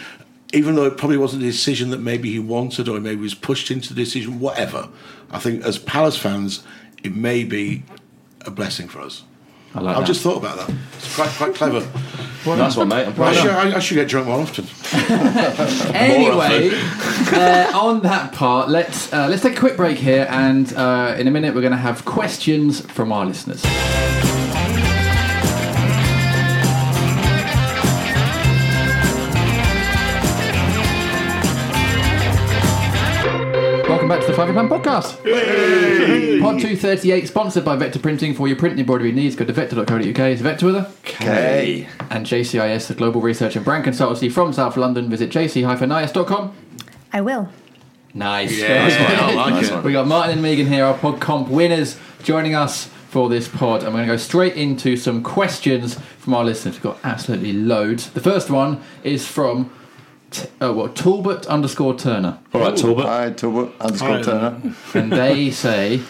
even though it probably wasn't a decision that maybe he wanted or maybe he was pushed into the decision, whatever. I think as Palace fans, it may be a blessing for us. I like I've that. just thought about that. It's quite <laughs> quite clever. Nice one, mate. I'm I, proud. of should, you. I, I should get drunk more often. Anyway, uh, on that part, let's uh, let's take a quick break here, and uh, in a minute we're going to have questions from our listeners. Welcome back to the Five Pound Podcast. Pod 238, sponsored by Vector Printing. For your print and embroidery needs, go to vector.co.uk. It's Vector with a Okay. and JCIS, the global research and brand consultancy from South London. Visit jc-is.com. I will. Nice. I like Nice it. one. we got Martin and Megan here, our pod comp winners, joining us for this pod. I'm going to go straight into some questions from our listeners. We've got absolutely loads. The first one is from T- uh, what Talbot underscore Turner, All right, Talbot. Hi, Talbot. Underscore Turner. and <laughs> they say.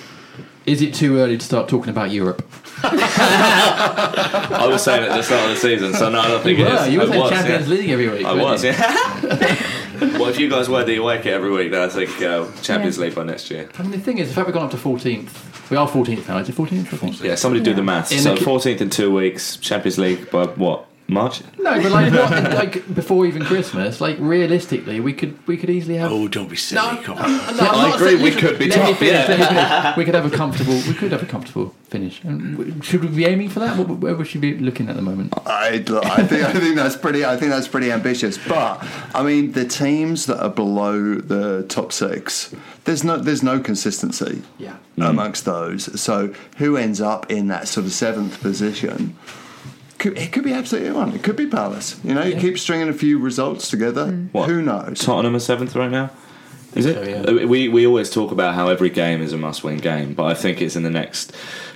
Is it too early to start talking about Europe? I was saying at the start of the season, so no, I don't think it Well, is. you were I saying was, Champions yeah. League every week. I weren't was, you? yeah. <laughs> well, if you guys wear the away kit every week, then I think uh, Champions Yeah. League by next year. I mean, the thing is, the fact we've gone up to 14th, we are 14th now. Is it 14th? I think. Yeah, somebody do the maths. In so the ki- 14th in two weeks, Champions League by what? March. No, but like, not, like before even Christmas, like realistically, we could we could easily have. Oh, don't be silly. No, Come on. No, I'm I not agree, saying- we could be Let me top, finish, yeah. let me <laughs> finish. We could have a comfortable. We could have a comfortable finish. And w- should we be aiming for that? What- Where we should be looking at the moment? I, I think I think that's pretty I think that's pretty ambitious. But I mean, the teams that are below the top six, there's no there's no consistency Yeah. Mm. amongst those. So who ends up in that sort of seventh position? Could, it could be absolutely anyone. It could be Palace. You know, you keep stringing a few results together. What? Who knows? Tottenham are seventh right now. Is it? so, Uh, We we always talk about how every game is a must-win game, but I think it's in the next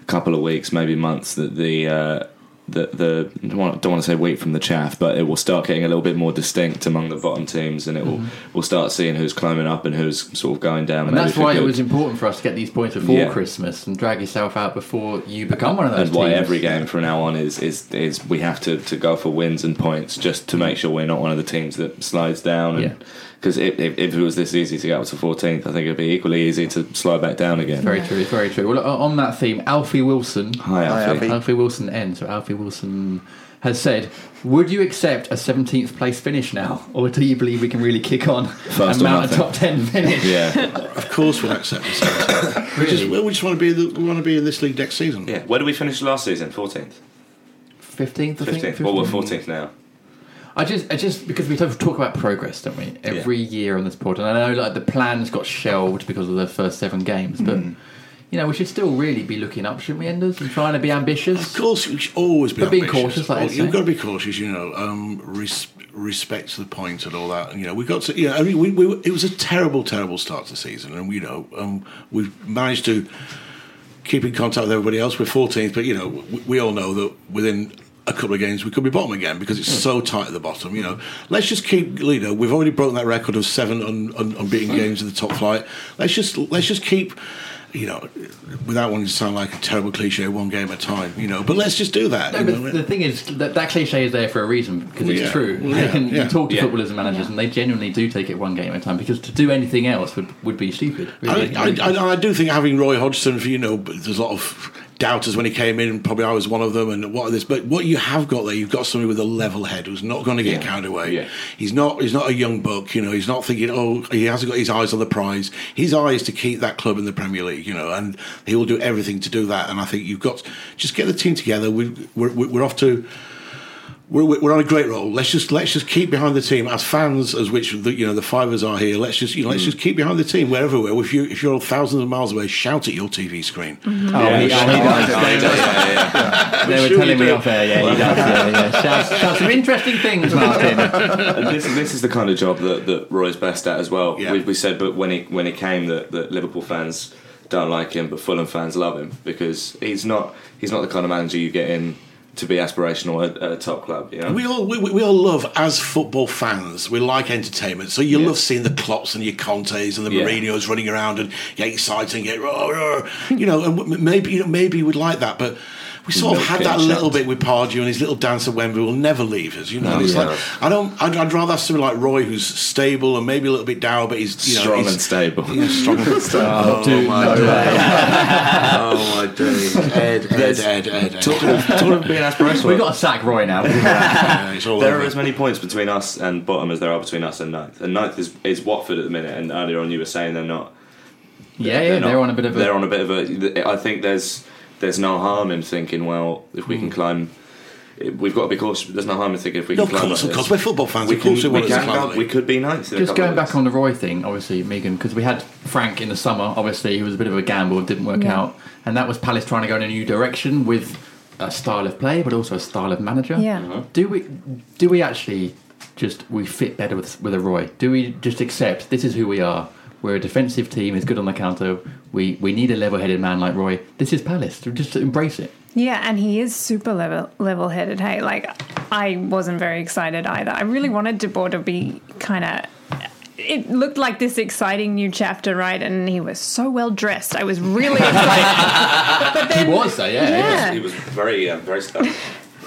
couple of weeks, maybe months, that the. Uh, the, the I don't want to say wheat from the chaff, but it will start getting a little bit more distinct among the bottom teams, and it will we'll start seeing who's climbing up and who's sort of going down. Mm-hmm. And maybe that's for why it good. was important for us to get these points before Yeah. Christmas and drag yourself out before you become one of those. and why teams. every game from now on is is is we have to, to go for wins and points just to make sure we're not one of the teams that slides Yeah. down. Because if, if it was this easy to get up to 14th, I think it'd be equally easy to slide back down again. Very true. It's very true. Well, o- on that theme, Alfie Wilson. Hi, Hi, Alfie. Alfie. Alfie Wilson ends. So Alfie Wilson has said, "Would you accept a 17th place finish now, or do you believe we can really kick on First and or mount a nothing. top 10 finish?" <laughs> Yeah. Of course, we'll accept this. <laughs> we, just, Really? we just want to be the, we want to be in this league next season. yeah. Where did we finish last season? 14th? 15th, I think. 15th? Well, we're 14th now. I just, I just because we don't talk about progress, don't we? Every year on this pod, and I know like the plans got shelved because of the first seven games, but Mm. you know we should still really be looking up, shouldn't we, Enders, and trying to be ambitious? Of course, you should always be But being ambitious. cautious, like I Well, say. you've got to be cautious. You know, um, res- respect to the point and all that. And, you know, we got to. You know, I mean, we, we, it was a terrible, terrible start to the season, and you know, um, we've managed to keep in contact with everybody else. We're 14th, but you know, we, we all know that within a couple of games we could be bottom again because it's so tight at the bottom. You know, let's just keep. You know, we've already broken that record of seven un, un, unbeaten games in the top flight. Let's just let's just keep. You know, without wanting to sound like a terrible cliche, one game at a time. You know, but let's just do that. No, you but know? the thing is that, that cliche is there for a reason because it's Yeah. true. Yeah. And <laughs> Yeah. You talk to Yeah. footballers and managers, and they genuinely do take it one game at a time because to do anything else would, would be stupid. I, really. I, I, I do think having Roy Hodgson, for you know, there's a lot of doubters when he came in. Probably I was one of them, and what are this? But what you have got there, you've got somebody with a level head who's not going to get carried away. Yeah. He's not. He's not a young buck. You know, he's not thinking. Oh, he hasn't got his eyes on the prize. His eye is to keep that club in the Premier League. You know, and he will do everything to do that. And I think you've got just get the team together. We, we're, we're off to we're, we're on a great roll. Let's just let's just keep behind the team as fans, as which the, you know the fivers are here. Let's just you know, Mm. let's just keep behind the team wherever we're. If you if you're thousands of miles away, shout at your TV screen. Mm. Oh, he- oh, he does. yeah. They were Sure telling you me do. off air, yeah, he does. Yeah, <laughs> yeah. Shouts, shouts some interesting things, Martin. And this, this is the kind of job that, that Roy's best at as well. Yeah. We, we said, but when he when he came, that, that Liverpool fans don't like him, but Fulham fans love him because he's not he's not the kind of manager you get in to be aspirational at, at a top club. You know, We all we, we we all love as football fans. We like entertainment, so you Yeah. love seeing the Klopps and your Contes and the Yeah. Mourinho's running around and get excited and get roar, roar, you know. And w- maybe you know maybe we'd like that, but we sort of Milk had it that and little shout. bit with Pardew and his little dance at Wembley will never leave us. You know, No, And it's yeah. like I don't. I'd, I'd rather have somebody like Roy who's stable and maybe a little bit dour, but he's you know, strong he's- and stable. strong <laughs> and stable. Oh, my oh my <laughs> days, Ed, Ed, Ed, Ed. Ed. <laughs> Talking of, talking of being aspirational, We've got to sack Roy now. Yeah, it's all There over. are as many points between us and bottom as there are between us and ninth. And ninth is, is Watford at the minute. And earlier on, you were saying they're not. Yeah, yeah, not- they're on a bit of a. They're on a bit of a. I think there's there's no harm in thinking. Well, if we Hmm. can climb, we've got to be cautious. There's no harm in thinking if we No, can of climb. course, like of course, this. we're football fans. We of can, course, we we, want to can climb the go, league. we could be ninth. in a Just couple going of back weeks. on the Roy thing, obviously, Megan, because we had Frank in the summer. Obviously, he was a bit of a gamble, it didn't work Yeah. out, and that was Palace trying to go in a new direction with a style of play, but also a style of manager. Yeah. Mhm. Do we do we actually just we fit better with with a Roy? Do we just accept this is who we are? We're a defensive team. It's good on the counter. We we need a level-headed man like Roy. This is Palace. Just embrace it. Yeah, and he is super level level headed. Hey, like I wasn't very excited either. I really wanted De Boer to be kind of. It looked like this exciting new chapter, right? And he was so well dressed. I was really excited. but then, He was, though, yeah. He was- yeah. He was very um, <laughs> very stubborn.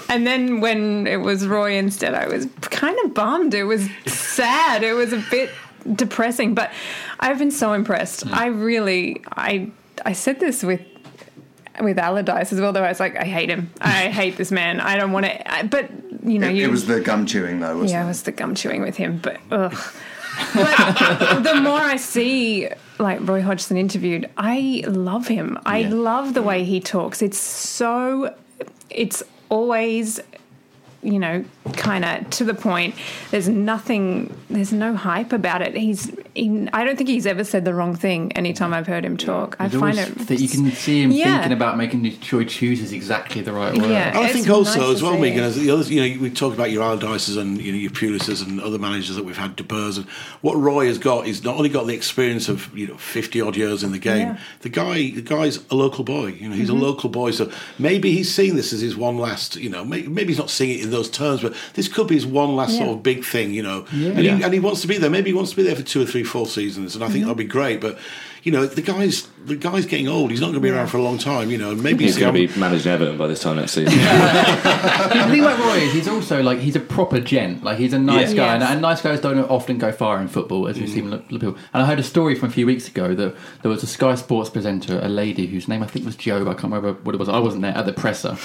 And then when it was Roy instead, I was kind of bummed. It was sad. It was a bit depressing, but I've been so impressed. I really, I, I said this with. With Allardyce as well, though I was like, I hate him. I hate this man. I don't want to. I, but you know, It, you, it was the gum chewing though, wasn't yeah, it? it was the gum chewing with him, <laughs> but ugh. but the more I see, like Roy Hodgson interviewed, I love him. I Yeah. love the way he talks. It's so, it's always, you know, kind of to the point. There's nothing, there's no hype about it. He's, he, I don't think he's ever said the wrong thing anytime I've heard him talk. I There's find always it that you can see him Yeah. thinking about making sure he chooses exactly the right word. Yeah. I It's think also nice as to well, see. Megan, as the others, you know, we talk about your Aldices and you know your Pulises and other managers that we've had, De Burrs, and what Roy has got is not only got the experience of you know fifty odd years in the game. Yeah. Mm-hmm. The guy, the guy's a local boy. You know, he's a local boy, so maybe he's seeing this as his one last. You know, maybe, maybe he's not seeing it in those terms, but this could be his one last sort Yeah. of big thing. You know, Yeah. and, he, Yeah. and he wants to be there. Maybe he wants to be there for two or three, four seasons, and I think Mm-hmm. that'll be great. But you know, the guy's the guy's getting old. He's not going to be around for a long time. You know, and maybe He's he's going to be managing Everton by this time <laughs> next season. The thing about Roy is he's also like he's a proper gent. Like he's a nice Yeah. guy, and, Yes. and nice guys don't often go far in football, as we've Mm. seen with Liverpool. And I heard a story from a few weeks ago that there was a Sky Sports presenter, a lady whose name I think was Joe. I can't remember what it was. I wasn't there at the presser.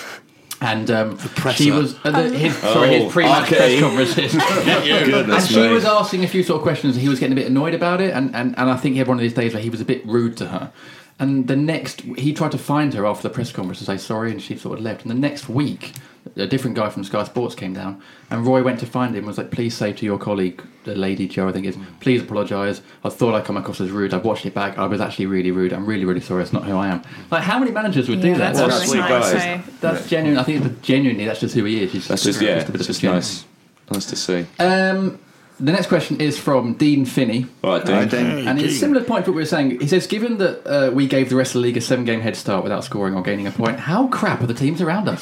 And um, she presser. was at the, his, sorry, his <laughs> Oh, pre-match press okay. <laughs> conferences. Goodness and she me. was asking a few sort of questions and he was getting a bit annoyed about it and, and, and i think he had one of these days where he was a bit rude to her and the next he tried to find her after the press conference and say sorry and she sort of left and the next week a different guy from sky sports came down and roy went to find him and was like please say to your colleague the lady joe i think it is please apologise i thought i come across as rude i watched it back i was actually really rude i'm really really sorry it's not who i am like how many managers would yeah, do that that's What a really sweet nice. guy. eh? that's genuine i think that genuinely that's just who he is He's That's just yeah, a bit it's of a just gent. nice, nice to see. um, the next question is from dean finney Right, Dean. I think and it's a similar point to what we were saying. He says, given that uh, we gave the rest of the league a seven game head start without scoring or gaining a point, how crap are the teams around us?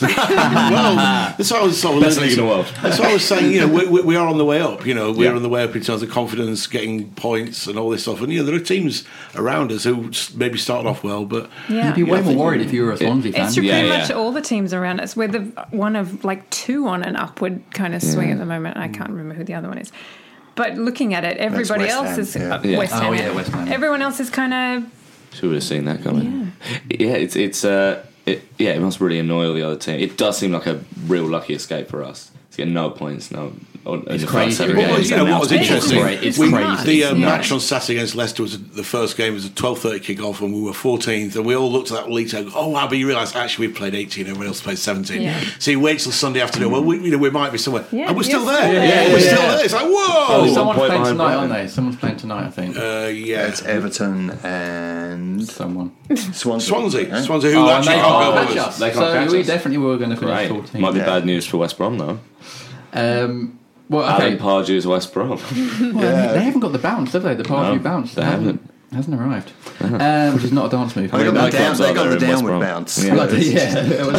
well, that's what I was sort of Best alluding league in to. the world. That's what I was saying. You know, we, we, we are on the way up. You know, we're Yeah. on the way up in terms of confidence, getting points, and all this stuff. And you know, there are teams around us who s- maybe started off well, but Yeah. You'd be way more worried if you were a Swansea fan. It's true. Yeah, pretty yeah. much all the teams around us. We're the one of like two on an upward kind of swing at the moment. I can't remember who the other one is. But looking at it, everybody West else Ham, is yeah. uh, Yeah. West Oh, Ham. yeah, West Ham. Everyone else is kind of Should have seen that coming. Yeah, it's it's uh, it, yeah, it must really annoy all the other team. It does seem like a real lucky escape for us to get no points, no. On, in the front crazy. seven Well, Well, games, you know and what now was it's been interesting? great. It's we, crazy. The uh, Yeah. match on Saturday against Leicester was the first game was a twelve thirty kickoff, and we were fourteenth, and we all looked at that lead table. Oh wow! But you realise actually we played eighteen, everyone else played seventeen. Yeah. So you wait till Sunday afternoon. Well, we, you know we might be somewhere, Yeah, and we're still you're there. still there. Yeah, we're yeah, still yeah. there. It's like whoa. one Oh, Someone's Oh, point playing behind tonight, aren't Brighton. they? Someone's playing tonight, I think. uh, yeah. it's Everton and <laughs> Someone. Swansea. Swansea, Yeah. Swansea, Oh, who and actually they can't can't go catch with us. us. They can't so catch we us. definitely were going to finish Right. 14th. Might be Yeah. bad news for West Brom though. Um, well, okay. Alan Pardew's <laughs> West Brom. Well, They haven't got the bounce, have they? The Pardew No, bounce. they Hasn't arrived. Um, which is not a dance move. They got My the, down, clubs they are got there the in West downward Brom. bounce. Yeah. Like, yeah, it was,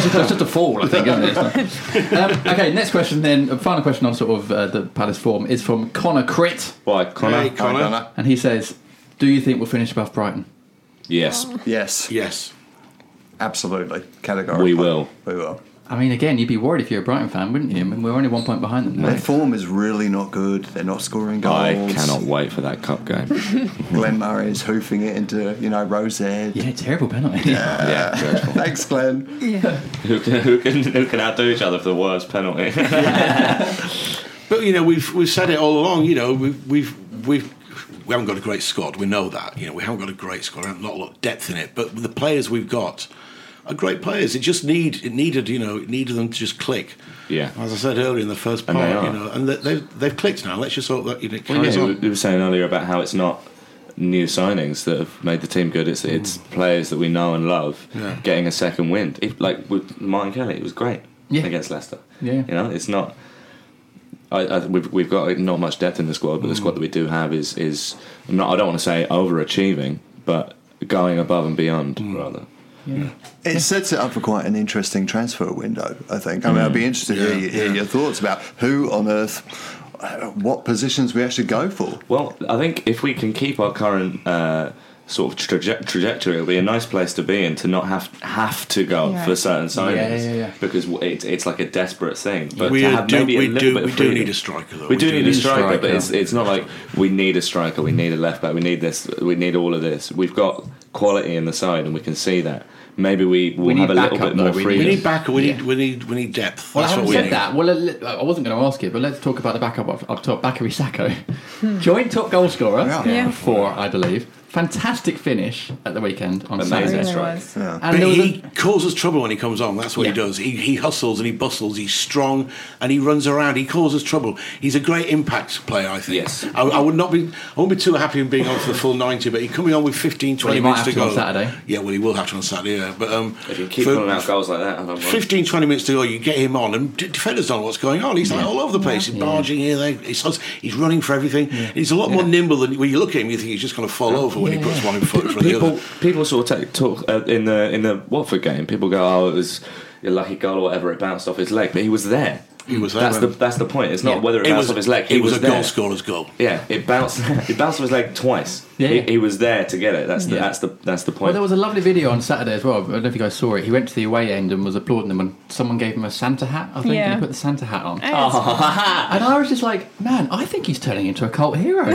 just, it was just a fall, I think, isn't it? It's not- <laughs> um, okay, next question then. A final question on sort of uh, the Palace form is from Connor Crit, Why, Connor? Hey, Connor. and he says, "Do you think we'll finish above Brighton?" Yes, Yes, Yes. absolutely. Categorically. We will. We will. I mean, again, you'd be worried if you're a Brighton fan, wouldn't you? I mean, we're only one point behind them. now. Their form is really not good. They're not scoring goals. I cannot wait for that cup game. <laughs> Glenn Murray is hoofing it into, you know, Rose Head. Yeah, terrible penalty. yeah, <laughs> dreadful. Thanks, Glenn. who can who can who can outdo each other for the worst penalty? <laughs> But you know, we've we've said it all along. You know, we've we've we've. We haven't got a great squad. We know that. You know, we haven't got a great squad. Not a lot of depth in it. But the players we've got are great players. It just need it needed. You know, it needed them to just click. Yeah. As I said earlier in the first And part, they you are. know, and they- they've they've clicked now. Let's just hope that you know, it Well, yeah, carries we on. we were saying earlier about how it's not new signings that have made the team good. Mm. It's it's players that we know and love Yeah. getting a second wind. If, like with Martin Kelly, it was great Yeah. against Leicester. Yeah. you know, it's not. I, I, we've we've got not much depth in the squad, but Mm. the squad that we do have is is I'm not. I don't want to say overachieving, but going above and beyond Mm. rather. It sets it up for quite an interesting transfer window, I think. I mean, Mm. I'd be interested to hear, hear your thoughts about who on earth, uh, what positions we actually go for. Well, I think if we can keep our current uh, sort of traje- trajectory, it'll be a nice place to be in to not have have to go Yeah. for certain signings Yeah, yeah, yeah. because w- it, it's like a desperate thing. But We to have do- maybe a we little do- bit of we do freedom- need a striker, though. We, do, need a striker, but striker. it's it's not like we need a striker, we need a left back, we need this, we need all of this. We've got quality in the side, and we can see that. maybe we will We need have a little backup, bit though. more We freedom. We need backup. We need Yeah. we need we need depth. Well, I That's what haven't we said need. that. Well, uh, I wasn't going to ask it, but let's talk about the backup up, up top, Bakary Sacco. Joint top goal scorer, Yeah. Yeah. four, I believe. Fantastic finish at the weekend on Saturday. Amazing. Really right. was. And But there was a- he causes trouble when he comes on. That's what Yeah. he does. He, he hustles and he bustles. He's strong and he runs around. He causes trouble. He's a great impact player. I think. Yes. I, I would not be. I wouldn't be too happy in being on for the full ninety. But he coming on with 15, 20 he might minutes have to to go on Saturday. Yeah. Well, he will have to on Saturday. Yeah. But um, If you keep for- pulling out goals like that, I don't mind. 15, 20 minutes to go, you get him on, and d- defenders don't know what's going on. He's like all over the place. He's barging here, there. He's, hus- he's running for everything. He's a lot more nimble than when you look at him, you think he's just going to fall over when he puts one in foot in front of the people other. people sort of take, talk uh, in the in the Watford game. People go, "Oh, it was a lucky goal or whatever. It bounced off his leg," but he was there. He was there, That's the man. that's the point. It's not Yeah. whether it, bounced off his leg. He it was, a there. goal scorer's goal. Yeah, it bounced. <laughs> it bounced off his leg twice. Yeah. He, he was there to get it. That's the Yeah. that's the that's the point. Well, there was a lovely video on Saturday as well. I don't know if you guys saw it. He went to the away end and was applauding them, and someone gave him a Santa hat, I think, and Yeah. Oh, he put the Santa hat on. And Oh. <laughs> And I was just like, man, I think he's turning into a cult <laughs> hero.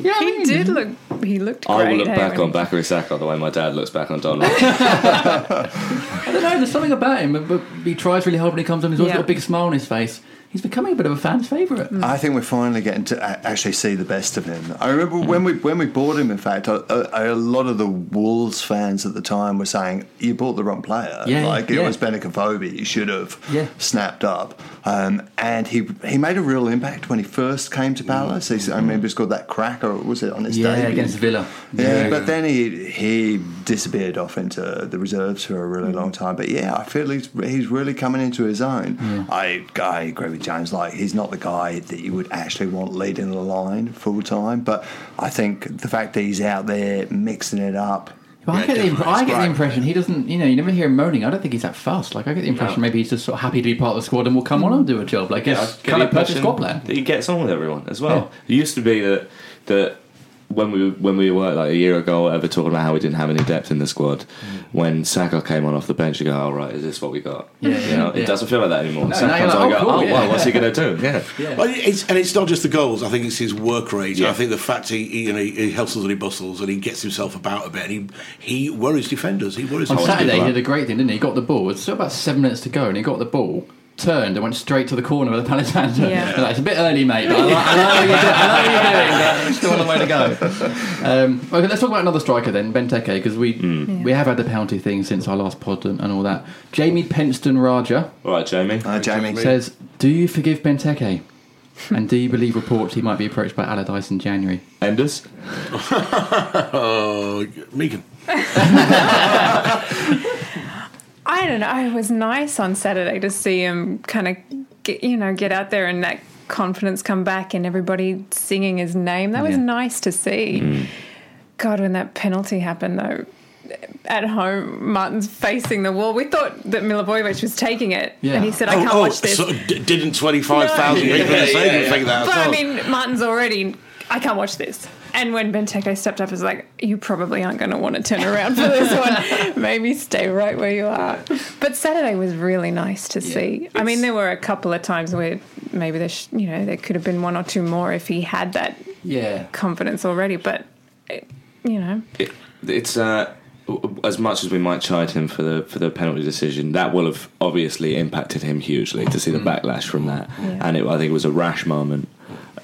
yeah, I He mean, did look. He looked. Great I will look hey, back when on he- Bakary Saka the way my dad looks back <laughs> on Don. Locke. I don't know. There's something about him. But, but he tries really hard when he comes on. He's always Yeah. Mm. got a big smile on his face. He's becoming a bit of a fan's favourite. I think we're finally getting to a- actually see the best of him. I remember Mm. when we when we bought him. In fact, a, a, a lot of the Wolves fans at the time were saying, "You bought the wrong player. Yeah, like it yeah. was Benikovobi. You should have Yeah. snapped up." Um, and he he made a real impact when he first came Mm. to Palace. He's, I remember he scored that cracker. Was it on his Yeah, debut? against Villa. Yeah, but then he he disappeared off into the reserves for a Mm. really long time. But yeah, I feel he's he's really coming into his own. I I agree with James. Like he's not the guy that you would actually want leading the line full time. But I think the fact that he's out there mixing it up. But I Yeah, get, the, imp- definitely. I get the Right. impression he doesn't, you know, you never hear him moaning. I don't think he's that fussed. Like, I get the impression maybe he's just sort of happy to be part of the squad and will come on and do a job. Like, I it's Mm. get kind the of perfect impression squad player. that He gets on with everyone as well. It used to be that that when we when we were like a year ago, or whatever, talking about how we didn't have any depth in the squad, Mm. when Saka came on off the bench, you go, "All right, is this what we got?" Yeah, you know, yeah. it doesn't feel like that anymore. Saka now you're comes like, on, "Oh, I go, cool, "Oh, yeah." well, what's he <laughs> going to do?" Yeah, Well, it's, and it's not just the goals. I think it's his work rate. Yeah. I think the fact he, he you know he hustles and he bustles and he gets himself about a bit. And he he worries defenders. He worries. On defenders. Saturday, he bloke. did a great thing, didn't he? He got the ball. It's still about seven minutes to go, and he got the ball, turned, and went straight to the corner of the Palace defender. Yeah. He's like, it's a bit early, mate. But I like- I like what you're doing- I like what you're doing, but it's still a long way to go. Um, okay, let's talk about another striker then, Benteke, because we we have had the penalty thing since our last pod and, and all that. Jamie Penston Raja All right, Jamie. Uh, Jamie, says, "Do you forgive Benteke?" And do you believe reports he might be approached by Allardyce in January? Enders. Oh, Megan. I don't know. It was nice on Saturday to see him kind of, get, you know, get out there and that confidence come back and everybody singing his name. That was Yeah. nice to see. Mm. God, when that penalty happened though, at home, Martin's facing the wall. We thought that Milivojevic was taking it, Yeah. and he said, "I can't oh, watch this." so d- didn't twenty five thousand No. people in the stadium think that? but as I well? mean, Martin's already. I can't watch this. And when Benteke stepped up, was like, "You probably aren't going to want to turn around for this one. Maybe stay right where you are." But Saturday was really nice to see. I mean, there were a couple of times where maybe there, sh- you know, there could have been one or two more if he had that Yeah, confidence already. But it, you know, It, it's uh, as much as we might chide him for the for the penalty decision, that will have obviously impacted him hugely to see the backlash from that, and it, I think it was a rash moment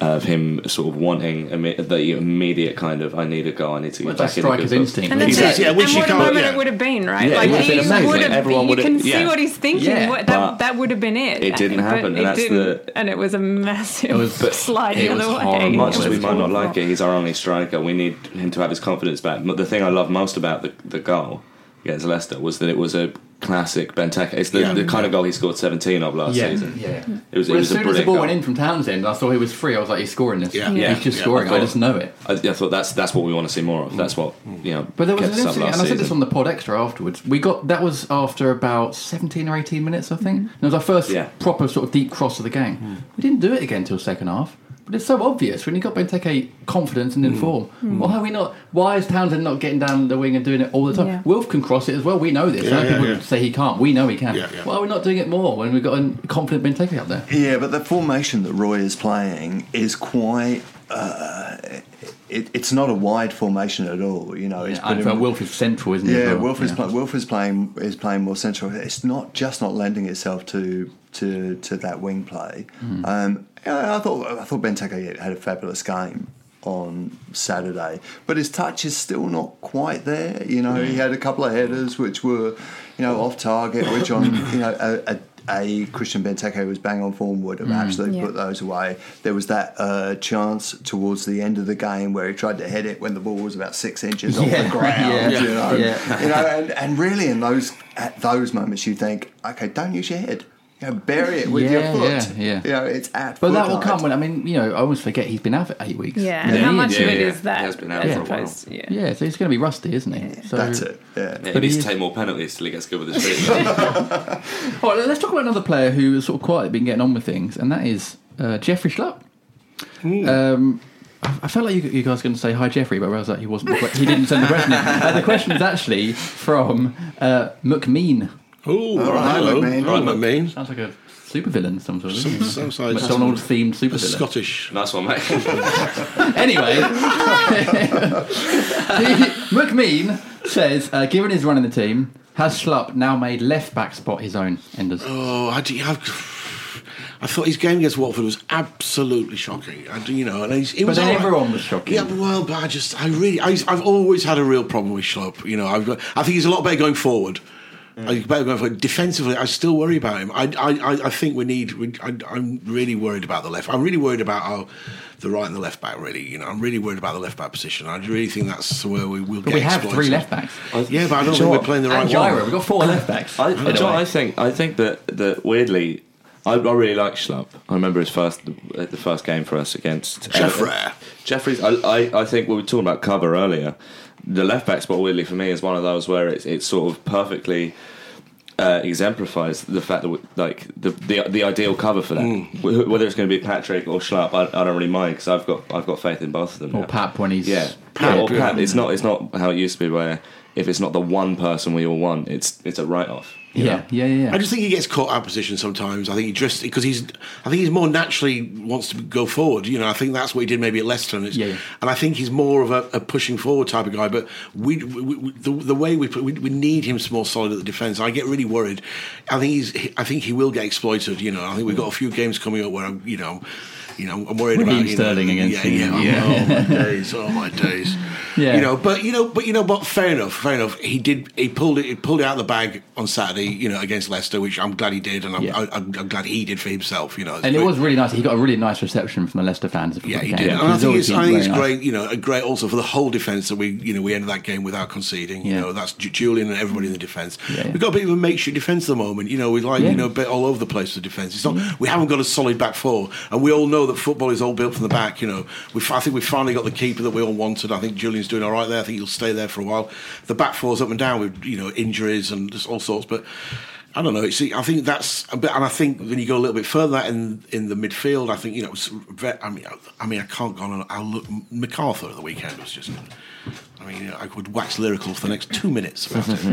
of him sort of wanting imme- the immediate kind of I need a goal, I need to get Well, back that's in the striker's good book." instinct. and He that's says, it. yeah, and which you what a can't- moment yeah. it would have been, right? Yeah, it like would have he been amazing. would have. Everyone you would have- can see yeah. what he's thinking. Yeah. What, that But that would have been it. it didn't But happen, and it that's didn't, the- and it was a massive but slide it the was other way. horrible. Oh, much as It we was might not awful. like it, he's our only striker. We need him to have his confidence back. But the thing I love most about the, the goal against Leicester was that it was a classic Benteke. It's the, Yeah. the kind of goal he scored 17 of last yeah, season. yeah. It was, Well, it as was a soon as the brilliant ball goal. went in from Townsend, I saw he was free. I was like, he's scoring this. Yeah. Yeah. he's just Yeah. scoring. I I just know it. I, I thought that's that's what we want to see more of. That's what you know. But there was an kept us up interesting, and last I said this season. on the pod extra afterwards. We got that was after about seventeen or eighteen minutes, I think. And it was our first Yeah. Hmm. proper sort of deep cross of the game. We didn't do it again till second half. But it's so obvious when you got Benteke confident and in Hmm. form. Why are we not? Why is Townsend not getting down the wing and doing it all the time? Yeah. Wilf can cross it as well. We know this. Yeah, Other yeah, people yeah. say he can't. We know he can. Yeah, yeah. Why are we not doing it more when we've got a confident Benteke up there? Yeah, but the formation that Roy is playing is quite. Uh, it, it's not a wide formation at all. You know, it's and pretty- for Wilf is central, isn't he? as yeah, well? Wilf is playing. Wilf is playing is playing more central. It's not just not lending itself to to to that wing play. Um, yeah, I thought I thought Benteke had a fabulous game on Saturday, but his touch is still not quite there. You know, he had a couple of headers which were, you know, off target, which on you know a. a a Christian Benteke was bang on form would have absolutely Yeah. put those away. There was that uh, chance towards the end of the game where he tried to head it when the ball was about six inches off Yeah, <laughs> the ground. yeah, you know? yeah. you know, and, and really in those at those moments you think, okay, don't use your head. You know, bury it with Yeah, your foot. yeah, yeah. You know, it's at But foot that will height. come when I mean, you know, I almost forget he's been out for eight weeks. Yeah, You and know, how he much is- of Yeah, it yeah. is that He has been out as for a while. opposed yeah. Yeah, so he's going to be rusty, isn't he? So, That's it. Yeah. Yeah, he But needs he is- to take more penalties till he gets good with his feet. <laughs> All right, let's talk about another player who has sort of quietly been getting on with things, and that is uh, Jeffrey Schlupp. Um, I I felt like you, you guys were going to say hi, Jeffrey, but I realised that he wasn't. He didn't send the question. in. Uh, the question is actually from uh, McMean. Oh, All right, hello. McMahon. Right, McMahon. Sounds like a supervillain, some sort of Some- some sort of- McDonald's themed A supervillain. Scottish. nice one, mate. Anyway, McMean says, uh, given his run in the team, has Schlupp now made left back spot his own? Enders. Oh, I, do, I, I thought his game against Watford was absolutely shocking. I do, you know, and he's, it But was then all right. everyone was shocking. Yeah, but, well, but I just, I really, I, I've always had a real problem with Schlupp. You know, I've got, I think he's a lot better going forward. He's better going forward. Defensively, I still worry about him. I, I, I- I think we need. We, I, I'm really worried about the left. I'm really worried about our, the right and the left back. Really, you know, I'm really worried about the left back position. I really think that's where we will. But get we have three exploited. Uh, left backs. Yeah, but I don't Sure. think we're playing the right and Gyro, one. we've got four left backs. I, by do the you know what way. I think I think that that weirdly, I, I really like Schlupp. I remember his first the, the first game for us against Jeffrey. Everton. Jeffrey's. I, I I think we were talking about cover earlier. The left back spot weirdly for me is one of those where it's it's sort of perfectly. Uh, exemplifies the fact that we, like the, the the ideal cover for that, Wh- whether it's going to be Patrick or Schlupp, I, I don't really mind because I've got I've got faith in both of them. Or now. Pap when he's Yeah, Pap, Yeah, or yeah. Pap. It's not. It's not how it used to be. Where if it's not the one person we all want, it's it's a write off. yeah, yeah, yeah. yeah. I just think he gets caught out of position sometimes. I think he just because he's, I think he's more naturally wants to go forward. You know, I think that's what he did maybe at Leicester, and, it's, Yeah, yeah. and I think he's more of a, a pushing forward type of guy. But we, we, we the, the way we put, we, we need him more solid at the defence. I get really worried. I think he's, I think he will get exploited. You know, I think we've got a few games coming up where I'm, you know. You know, I'm worried Raheem about you know, Sterling against yeah, you. yeah, Oh my days, oh my days. <laughs> Yeah. You know, but you know, but you know, but fair enough, fair enough. He did. He pulled it. He pulled it out of the bag on Saturday. You know, against Leicester, which I'm glad he did, and I'm, Yeah. I, I'm, I'm glad he did for himself. You know, and it was really nice. He got a really nice reception from the Leicester fans. Yeah, he Game. He's did. And I think always it's, I been think it's very nice. great. You know, a great also for the whole defence that we, you know, we ended that game without conceding. You Yeah. know, that's Ju- Julian and everybody in the defence. Yeah, yeah. We've got a bit of a makeshift defence at the moment. You know, we're like, Yeah. you know, a bit all over the place with defence. It's not. We haven't got a solid back four, and we all know that football is all built from the back. You know, we I think we finally got the keeper that we all wanted. I think Julian's doing all right there. I think he'll stay there for a while. The back four's up and down with you know injuries and just all sorts, but. I don't know. It's, I think that's, a bit, and I think when you go a little bit further in in the midfield, I think you know. it's ve- I mean, I- I mean, I can't go on. and- I'll look. Macarthur at the weekend was just. I mean, you know, I could wax lyrical for the next two minutes about it.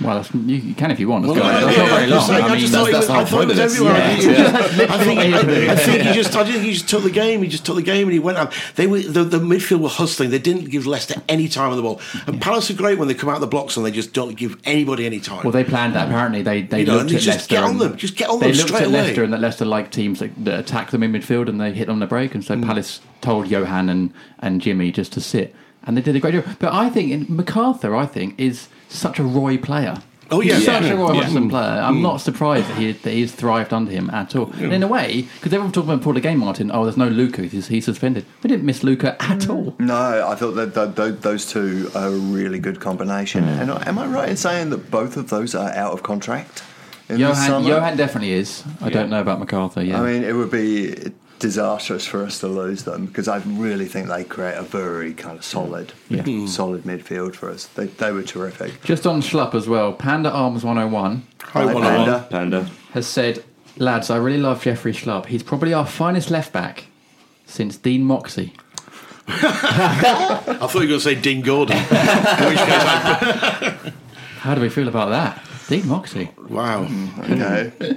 Well, that's, you, you can if you want. It's good. Well, I- That's not very I just- long. I I mean, just thought that's, it that's was- the I whole thought point it of was this. everywhere. I Yeah. <laughs> think he just- I think he- I- I think he just. I think he just took the game. He just took the game, and he went out. They were the, the midfield were hustling. They didn't give Leicester any time on the ball. And Palace are great when they come out of the blocks and they just don't give anybody any time. Well, they planned that. Apparently, they they You know, looked and at just Leicester. get on and- them. Just get on they them looked straight at away. Leicester, and that Leicester like teams that, that attack them in midfield, and they hit on the break. And so Mm. Palace told Johan and and Jimmy just to sit, and they did a great job. But I think in MacArthur, I think is such a Roy player. Oh, yeah. He's such Yeah. a Roy Yeah. Mm. Hodgson player. I'm not surprised that, he, that he's thrived under him at all. And in a way, because everyone talking about before the game, Martin. Oh, there's no Luca. He's, he's suspended. We didn't miss Luca at Mm. all. No, I thought that, that, tho- those two are a really good combination. And I- am I right in saying that both of those are out of contract in the Johan, summer? Johan definitely is. I Yeah. don't know about MacArthur. Yeah. I mean, it would be disastrous for us to lose them because I really think they create a very kind of solid, Yeah. solid midfield for us. They, they were terrific. Just on Schlupp as well, Panda Arms 101 High Hi, one Panda. on one. Panda. has said, Lads, I really love Jeffrey Schlupp. He's probably our finest left back since Dean Moxey. I thought you were going to say Dean Gordon. <laughs> in which case, I, How do we feel about that? Dean Moxey. wow. Mm.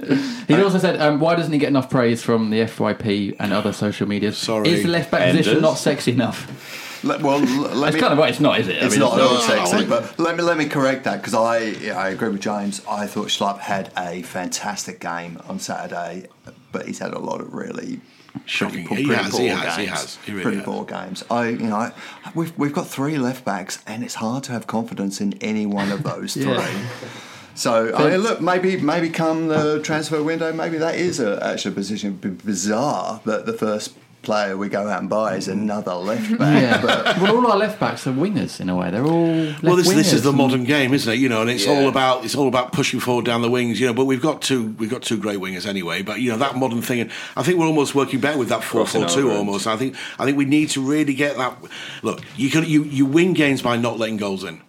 Okay. He also said, um, Why doesn't he get enough praise from the FYP and other social media? Sorry. Is the left back Enders. position not sexy enough? Let, well, l- let It's me. kind of right. It's not, is it? I it's mean, not at all it's not- sexy, but let me let me correct that because I yeah, I agree with James. I thought Schlapp had a fantastic game on Saturday, but he's had a lot of really Shocking. poor, He pretty has, poor he games. has, he has. He really pretty has. poor games. I you know I, we've we've got three left backs, and it's hard to have confidence in any one of <laughs> those Yeah. three. So I mean, look, maybe maybe come the transfer window, maybe that is a, actually a position B- bizarre that the first player we go out and buy is another left back. Yeah, well, all our left backs are wingers in a way. They're all left Well, this, this wingers is the and- modern game, isn't it? You know, and it's Yeah. all about it's all about pushing forward down the wings. You know, but we've got two we've got two great wingers anyway. But you know that modern thing, and I think we're almost working better with that four Crossing four two over. almost. I think I think we need to really get that. Look, you can you you win games by not letting goals in.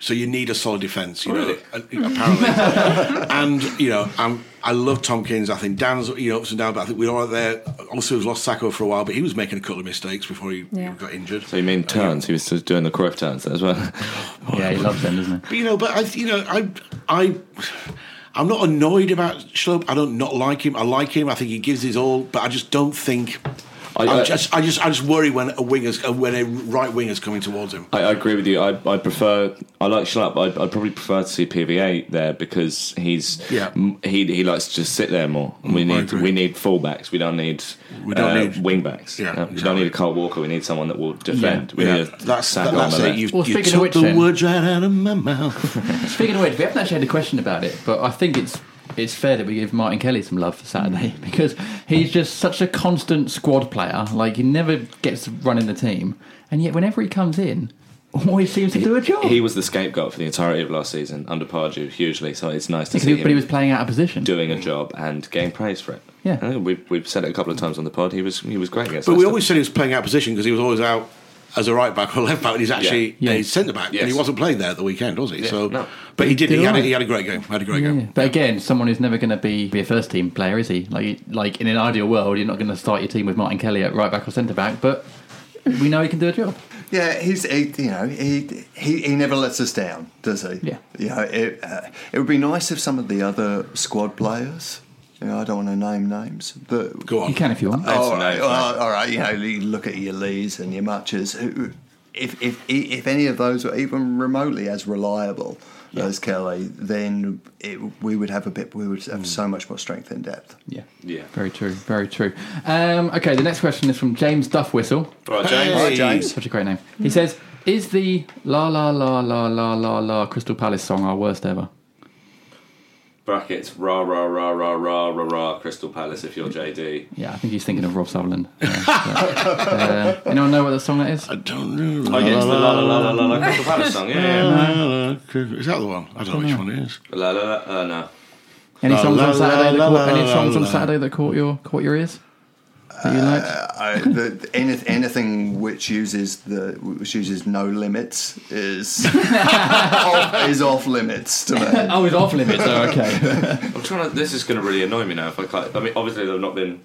So you need a solid defence, you Really? know. uh, Apparently, and you know, i I love Tompkins. I think Dan's you know ups and downs, but I think we're all right there. Also, we've lost Sacco for a while, but he was making a couple of mistakes before he Yeah. got injured. So you mean turns? He was just doing the Cruyff turns as well. <laughs> Yeah, he loves them, doesn't he? But, you know, but I, you know, I, I, I'm not annoyed about Schlope. I don't not like him. I like him. I think he gives his all, but I just don't think. I- I, I- just, I just, I just worry when a winger's uh, when a right winger's coming towards him. I, I agree with you. I, I prefer. I like Schlapp. I, I probably prefer to see PVA there because he's Yeah. m- he he likes to just sit there more. And we Mm, I need agree. we need fullbacks. We don't need We don't uh, need- wing backs. Yeah, Uh, We don't exactly. need a Carl Walker. We need someone that will defend. We need a that's Saka that, on that's the it. left. You, Well, you speaking of took which the then- words right out of my mouth. <laughs> Speaking of which, we haven't actually had a question about it, but I think it's it's fair that we give Martin Kelly some love for Saturday <laughs> because he's just such a constant squad player. Like he never gets to run in the team, and yet whenever he comes in, always seems to do a job. He was the scapegoat for the entirety of last season under Pardew hugely. So it's nice to Because see he- him but he was playing out of position. doing a job and getting praise for it. Yeah. I think we've we've said it a couple of times on the pod. He was he was great against. But we Leicester. always said he was playing out position because he was always out as a right back or left back, and he's actually Yeah. a Yeah. centre back, and Yes. he wasn't playing there at the weekend, was he? Yeah, so, no. but he did. Did He had, a, alright. he had a great game. Had a great Yeah. game. But again, someone who's never going to be, be a first team player, is he? Like, like in an ideal world, you're not going to start your team with Martin Kelly at right back or centre back, but we know he can do a job. Yeah, he's he, you know he, he he never lets us down, does he? Yeah. You know, it uh, it would be nice if some of the other squad players. You know, I don't want to name names, but Go on. You can if Oh, you want. all some right, names, well, all right. You know, you look at your Lees and your Matches. If if if any of those were even remotely as reliable as Kelly, then it, we would have a bit. We would have so much more strength in depth. Yeah. Yeah. Very true. Very true. Um, okay, the next question is from James Duffwhistle. All right, James. All right, James. Such a great name. He says, "Is the La La La La La La La Crystal Palace song our worst ever?" brackets rah rah rah rah rah rah rah Crystal Palace if you're JD. Yeah, I think he's thinking of Rob Sutherland. Yeah, but, uh, anyone know what that song that is? I don't know. Oh yeah, it's the la la la la la la Crystal Palace song. Yeah, yeah. <laughs> Is that the one? I don't know which one it is. La la la. Uh, no. Any La, songs la, on Saturday? la, That la, caught, any la, songs on la. Saturday that caught your caught your ears? That you liked? I, the, any, anything which uses the which uses no limits is off, is off limits to me. oh, it's off limits. Oh, <laughs> okay. I'm trying to. This is going to really annoy me now if I can't. I mean, obviously they've not been.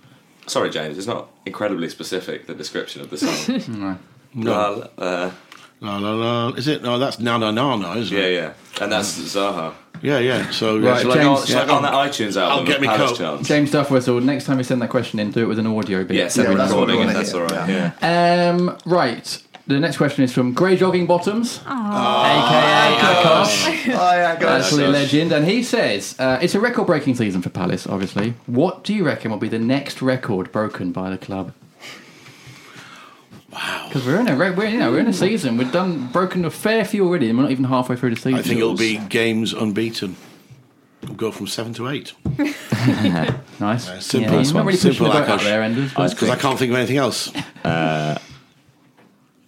Sorry, James. It's not incredibly specific the description of <laughs> the song. La, la, uh, La la la. Is it? No, that's na na na na, isn't yeah, it? yeah, and that's Zaha. Yeah, yeah. So Right, yeah. Shall I go, James, shall I go yeah. on that iTunes album? I'll get of me Palace Coke. Chance? James Duffwhistle. Next time you send that question in, do it with an audio beat. Yeah, send Yeah, a that's what recording we if wanna that's all hear, right. yeah. Yeah. Um, right. The next question is from Grey Jogging Bottoms, aka Akash. I, I go, Absolute Yes. legend. And he says, uh, it's a record breaking season for Palace, obviously. What do you reckon will be the next record broken by the club? Wow. Because we're in a re- we're, you know, we're in a season. We've done broken a fair few already, and we're not even halfway through the season. I think it'll be games unbeaten. We'll go from seven to eight. nice. simple. Yeah, you're not really Simple, pushing the boat Akash. out there, Enders. but- Because I can't think of anything else. <laughs>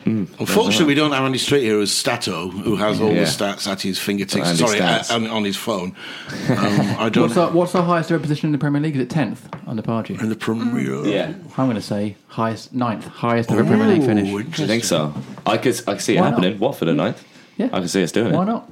Unfortunately, we don't have Andy Street here as Stato, who has all Yeah. the stats at his fingertips. Andy Sorry, Stats. uh, on, on his phone. Um, I don't. What's our, what's our highest ever position in the Premier League? Is it tenth under Pardew? In the Premier. Yeah. I'm going to say highest, ninth, highest ever Premier League finish. Ooh, Do you think so? I could, I could see it Why not? happening. Watford at ninth. Yeah. I could see us doing it. Why not?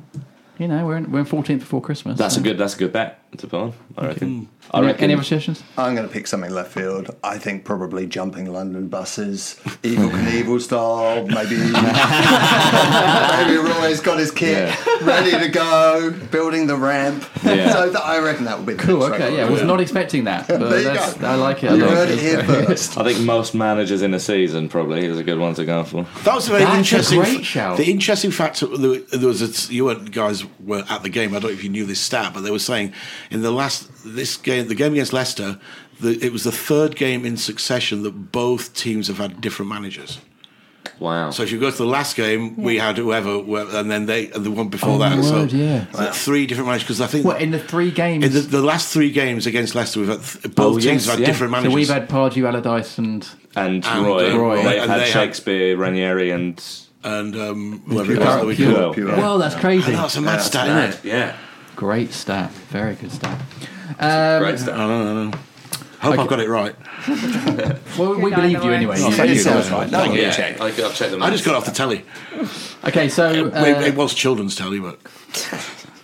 You know, we're in, we're in 14th before Christmas. That's so- a good. That's a good bet. to Barn, I reckon. I Any, reckon. any other suggestions? I'm going to pick something left field. I think probably jumping London buses, Evil Knievel style. Maybe maybe Roy's got his kit ready to go, building the ramp. Yeah. So th- I reckon that would be the Cool. next Okay. record. Yeah. Was not expecting that. But There you that's, go. I like it. a You lot. heard it It's here great. first. I think most managers in a season probably is a good one to go for. That was a very That's a interesting. great shout. The interesting fact the- there was a, you weren't, guys were at the game. I don't know if you knew this stat, but they were saying in the last this game, the game against Leicester, the, it was the third game in succession that both teams have had different managers. Wow. So if you go to the last game, we had whoever, wh- and then they, and the one before Oh, that. my word, so yeah. so three different managers because I think What in the three games? in the, the last three games against Leicester, we've had th- both Oh, teams yes, have had yeah. different managers. So we've had Pardew, Allardyce, and and, and, Roy, uh, Roy. they And had they had- Shakespeare, Ranieri, and and um, whoever it was that we Pure. could. Well, Pure. well, that's crazy. That's a mad stat, Yeah, isn't it? yeah. Great stat. Very good stat. Great Um, stuff. I don't know. I don't know. Hope I've got it right. well, we believe Good either you way. anyway. Oh, It sounds Yeah. right. No, Thank you. I'm gonna Yeah, check. I, I've checked them. I just got off the telly. Okay, so <laughs> Wait, uh, it was children's telly, but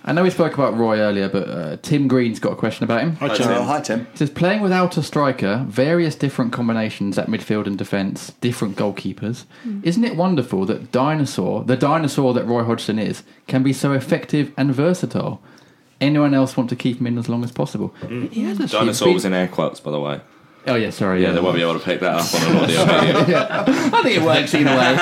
I know we spoke about Roy earlier, but uh, Tim Green's got a question about him. I So, tell hi Tim. It says playing without a striker, various different combinations at midfield and defence, different goalkeepers. Isn't it wonderful that dinosaur, the dinosaur that Roy Hodgson is, can be so effective and versatile? Anyone else want to keep him in as long as possible? He has actually Hmm. Dinosaur been- was in air quotes, by the way. Oh yeah, sorry. Yeah, they won't be able to pick that up on an audio video. I think it works either <laughs> way.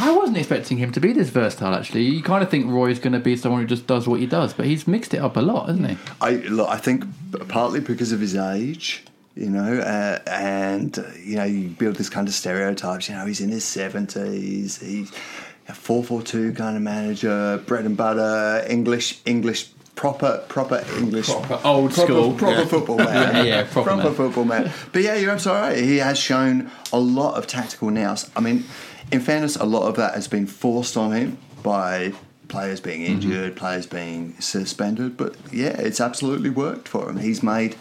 I wasn't expecting him to be this versatile. Actually, you kind of think Roy is going to be someone who just does what he does, but he's mixed it up a lot, hasn't he? I look, I think partly because of his age, you know, uh, and uh, you know, you build this kind of stereotypes. You know, he's in his seventies. He's a four four two kind of manager, bread and butter, English English proper proper English old proper, school. proper Yeah. football man. <laughs> Yeah, yeah, proper man. <laughs> football man. But yeah, you're absolutely right. He has shown a lot of tactical nous. I mean, in fairness, a lot of that has been forced on him by players being Mm-hmm. injured, players being suspended. But yeah, it's absolutely worked for him. He's made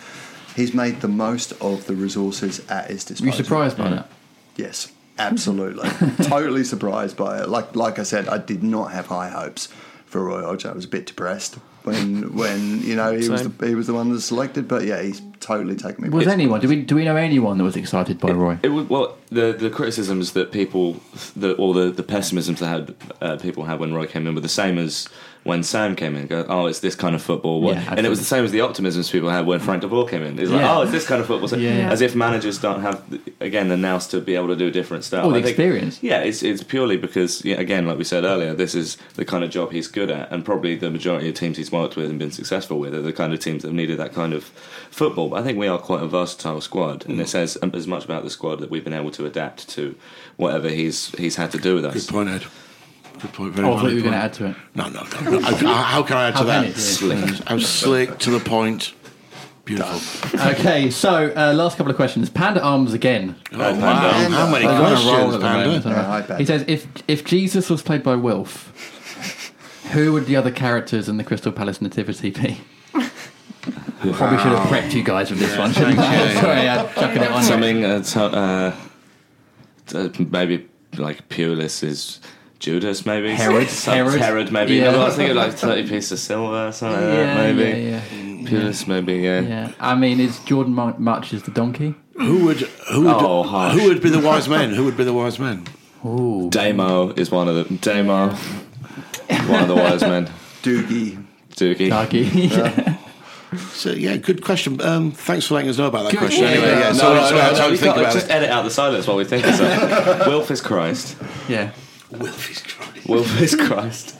he's made the most of the resources at his Were you disposal. surprised by that? Yes, <laughs> absolutely. totally surprised by it. Like like I said, I did not have high hopes for Roy Hodge. I was a bit depressed when when you know he was Same. the, he was the one that selected. But yeah, he's totally taken me. Was back. anyone? Do we do we know anyone that was excited by Roy? It was, well, the the criticisms that people, the, or the, the pessimisms that had uh, people had when Roy came in were the same as when Sam came in. Go, oh, it's this kind of football, What- Yeah, and it was the same as the optimisms people had when Frank de Boer came in. It's like, Yeah. oh, it's this kind of football, so, Yeah. as if managers don't have again the nous to be able to do different stuff. Or the I think- experience. yeah, it's it's purely because yeah, again, like we said earlier, this is the kind of job he's good at, and probably the majority of teams he's worked with and been successful with are the kind of teams that have needed that kind of football. But I think we are quite a versatile squad, and it Mm. says um, as much about the squad that we've been able to adapt to whatever he's he's had to do with Good us. point, Ed. Good point. Very Oh, I thought valid you were going to add point. to it. No, no, no. no. I, I- how can I add How to can that? it? Slick. I'm slick to the point. Beautiful. Okay, so uh, last couple of questions. Panda arms again. Oh, Panda. wow. How many They're on a roll questions, at the Panda? moment, aren't they? Yeah, I bet. he says if if Jesus was played by Wilf, who would the other characters in the Crystal Palace Nativity <laughs> be? Probably should have prepped you guys with this one. Shouldn't I? <laughs> Sorry, I'm chucking it on. you. Something uh, to, uh, to- maybe like Pulis is. Judas, maybe Herod. Some- Herod. Herod, maybe. Yeah. No, I was thinking like thirty pieces of silver, something like Yeah, that, uh, maybe. yeah, Pulis, maybe. yeah, yeah. I mean, is Jordan Mar- March is the <laughs> donkey? Who would who would Oh, harsh. who would be the wise men? Who would be the wise men? Damo is one of them. Damo, one of the wise men. Doogie. <laughs> Doogie. Donkey. yeah. So yeah, good question. Um, thanks for letting us know about that question. yeah. Anyway, yeah, No, sorry, no, sorry, no, I had no, time to you think can't- about just it. edit out the silence while we think of <laughs> something. Wilf is Christ. yeah. Wilf is crying. Wilf is Christ.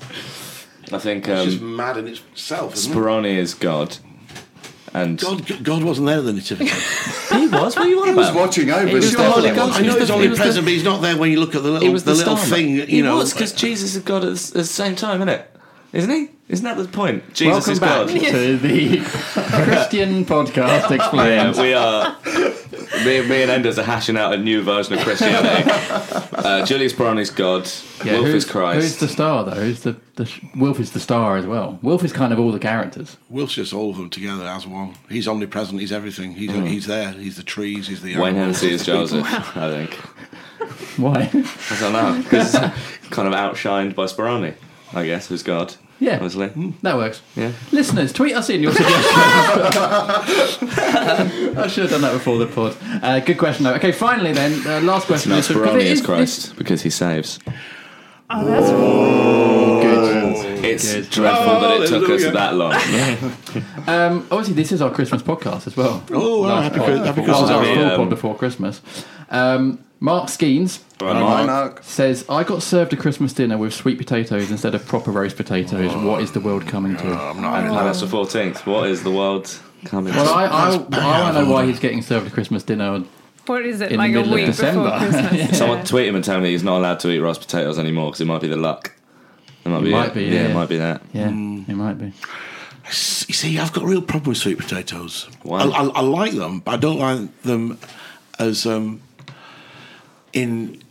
I think It's just um, mad in itself. Isn't it? Speroni is God. And God, God wasn't there at the nativity. <laughs> he was. What do you want was watching over. was the Holy surely. Ghost. I know It was he's only the- present, but he's not there when you look at the little, the little thing. You he know, was because Jesus is God at the, at the same time, isn't it? Isn't he? Isn't that the point? Jesus Welcome is back <laughs> God. to the Christian podcast <laughs> explained. Yeah, Uh, we are. <laughs> Me, me and Enders are hashing out a new version of Christianity. <laughs> Uh, Julius Brown is God. Yeah, Wilf who's, is Christ. Who's the star though? Who's the, the sh- Wilf is the star as well. Wilf is kind of all the characters. <laughs> Wilf's just all of them together as one. He's omnipresent. He's everything. He's Mm. he's there. He's the trees. He's the <laughs> Wayne animals, Hennessy he's is the people. Joseph, I think. Why? <laughs> I don't know. 'cause it's kind of outshined by Speroni, I guess, who's God. Yeah. Hmm. Honestly. That works. Yeah. Listeners, tweet us <laughs> in your suggestions. <laughs> I should have done that before the pod. Uh, good question, though. Okay, finally, then, uh, last question. Now, is from- 'cause Speroni it is is- Christ because he saves. Oh, that's It's dreadful that it took us <laughs> that long. Um, obviously, this is our Christmas podcast as well. Oh, well, Last happy pod. Chris- happy That was our Christmas. full Um, pod before Christmas. Um, Mark Skeens Right, Hi, Mark. Mark. says, I got served a Christmas dinner with sweet potatoes instead of proper roast potatoes. What is the world coming to? I'm not having Oh, that. that's the 14th. What is the world coming Well, I, to? I, I, That's bang out want to of know why order. he's getting served a Christmas dinner. what is In it the like a middle of week December. before Christmas? yeah. Someone tweet him and tell him that he's not allowed to eat roast potatoes anymore because it might be the luck. It might be. might it. be, Yeah, yeah. it might be that. Yeah, it might be. You see, I've got a real problem with sweet potatoes. Why? I, I, I like them, but I don't like them as um, in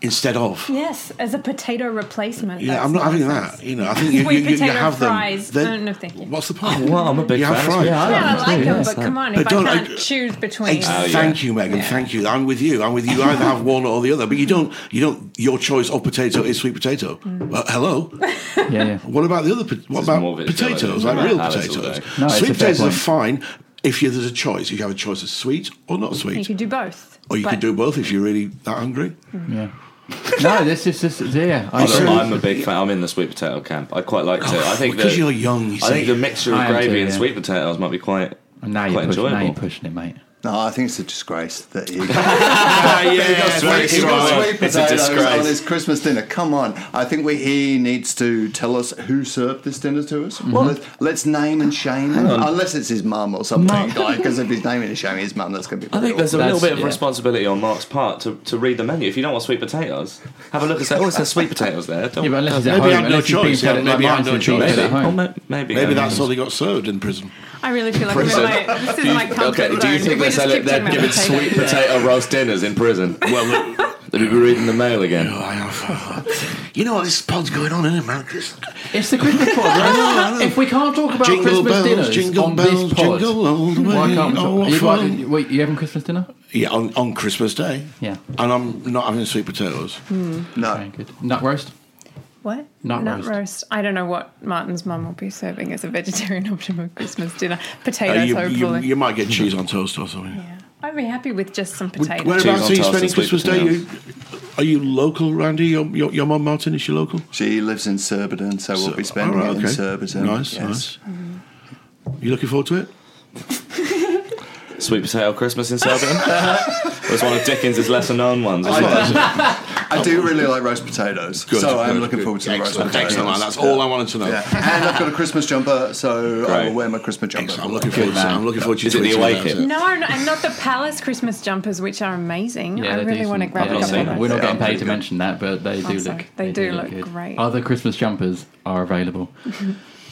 instead of. Yes, as a potato replacement. Yeah, that's I'm not having nonsense. that. You know, I think you, <laughs> Sweet you, you, you potato have fries. them. No, no, thank you. What's the point? well, I'm a big you have fan of fries. Yeah, I Yeah, I like like them too. them, yeah. but come on, But if I don't- can't I- choose between, Ex- Oh, yeah. Thank you, Megan. Thank you. I'm with you. I'm with you. You either have one or the other, but you don't. You don't. Your choice of potato is sweet potato. Well, hello. Yeah, yeah. What about the other? po- What is more about visual, isn't potatoes? it? Like It's real about palate all potatoes. day. No, it's a sweet fair potatoes are point. fine if you, there's a choice. You have a choice of sweet or not you sweet, could do both. or you but can do both if you're really that hungry. Yeah. no, this is just yeah. I Although agree. I'm a big fan. I'm in the sweet potato camp. I quite like it. I think because that- you're young, you I think see. the mixture of I am gravy too, and yeah. sweet potatoes might be quite And now you're, quite pushing, now you're enjoyable. pushing it, mate. No, I think it's a disgrace <laughs> that he. <laughs> Ah, <laughs> yeah, He's got sweet, sweet he's got sweet It's a potatoes on disgrace. his Christmas dinner. Come on. I think we, he needs to tell us who served this dinner to us. Let, let's name and shame him. Unless it's his mum or something. Because if he's naming and shaming his mum, that's going to be I think there's a That's- little bit of yeah. responsibility on Mark's part to, to read the menu. If you don't want sweet potatoes, have a look and say, "Oh, it says sweet potatoes there." Don't, Yeah, but unless he's at home, unless he's being fed Maybe I had no choice, yeah, at- maybe I had mine's no being choice. fed at maybe, home. or ma- maybe, Maybe um, that's all they got served in prison. I really feel like I'm in Prison. my, this is my comfort okay, zone. do you think they're, we just selling, keep talking they're about giving potatoes. sweet potato roast dinners in prison? Well, <laughs> they'll be reading the mail again. Oh, I have. You know what? This pod's going on, isn't it, man? 'Cause- It's the Christmas pod. I know. If we can't talk about Jingle Christmas bells, dinners jingle on bells, this pod, jingle all the why way, can't we oh, talk? what you, fun. what, wait, you having Christmas dinner? Yeah, on, on Christmas Day. Yeah. And I'm not having sweet potatoes. Uh, Okay, good. Nut roast. What? Nut Nut roast. roast. I don't know what Martin's mum will be serving as a vegetarian <laughs> option of Christmas dinner. Potatoes, Uh, you, you, hopefully. you might get cheese on toast or something. <laughs> yeah. I'd be happy with just some potatoes. Whereabouts on are you toast spending and sweet Christmas Day? You, are you local, Randy? Your, your, your mum, Martin, is she local? She lives in Surbiton, so, we'll be spending All right, it in okay. Surbiton. Nice, nice. You looking forward to it? Sweet potato Christmas in Surbiton. It's one of Dickens' lesser known ones. Isn't it? <laughs> I do really like roast potatoes, Good, so I'm good, looking good. forward to the roast Excellent, potatoes. excellent. That's all I wanted to know. Yeah. And I've got a Christmas jumper, so I Great. will wear my Christmas jumper. Excellent. I'm looking forward to it. I'm looking forward to you Is it the tweeting about Awaken? it. No, no, and not the palace Christmas jumpers, which are amazing. I they're really want to decent. grab I've a not couple seen of them. those. We're not getting pretty paid to good. mention that, but they do sorry. look. They do look great. Other Christmas jumpers are available. <laughs>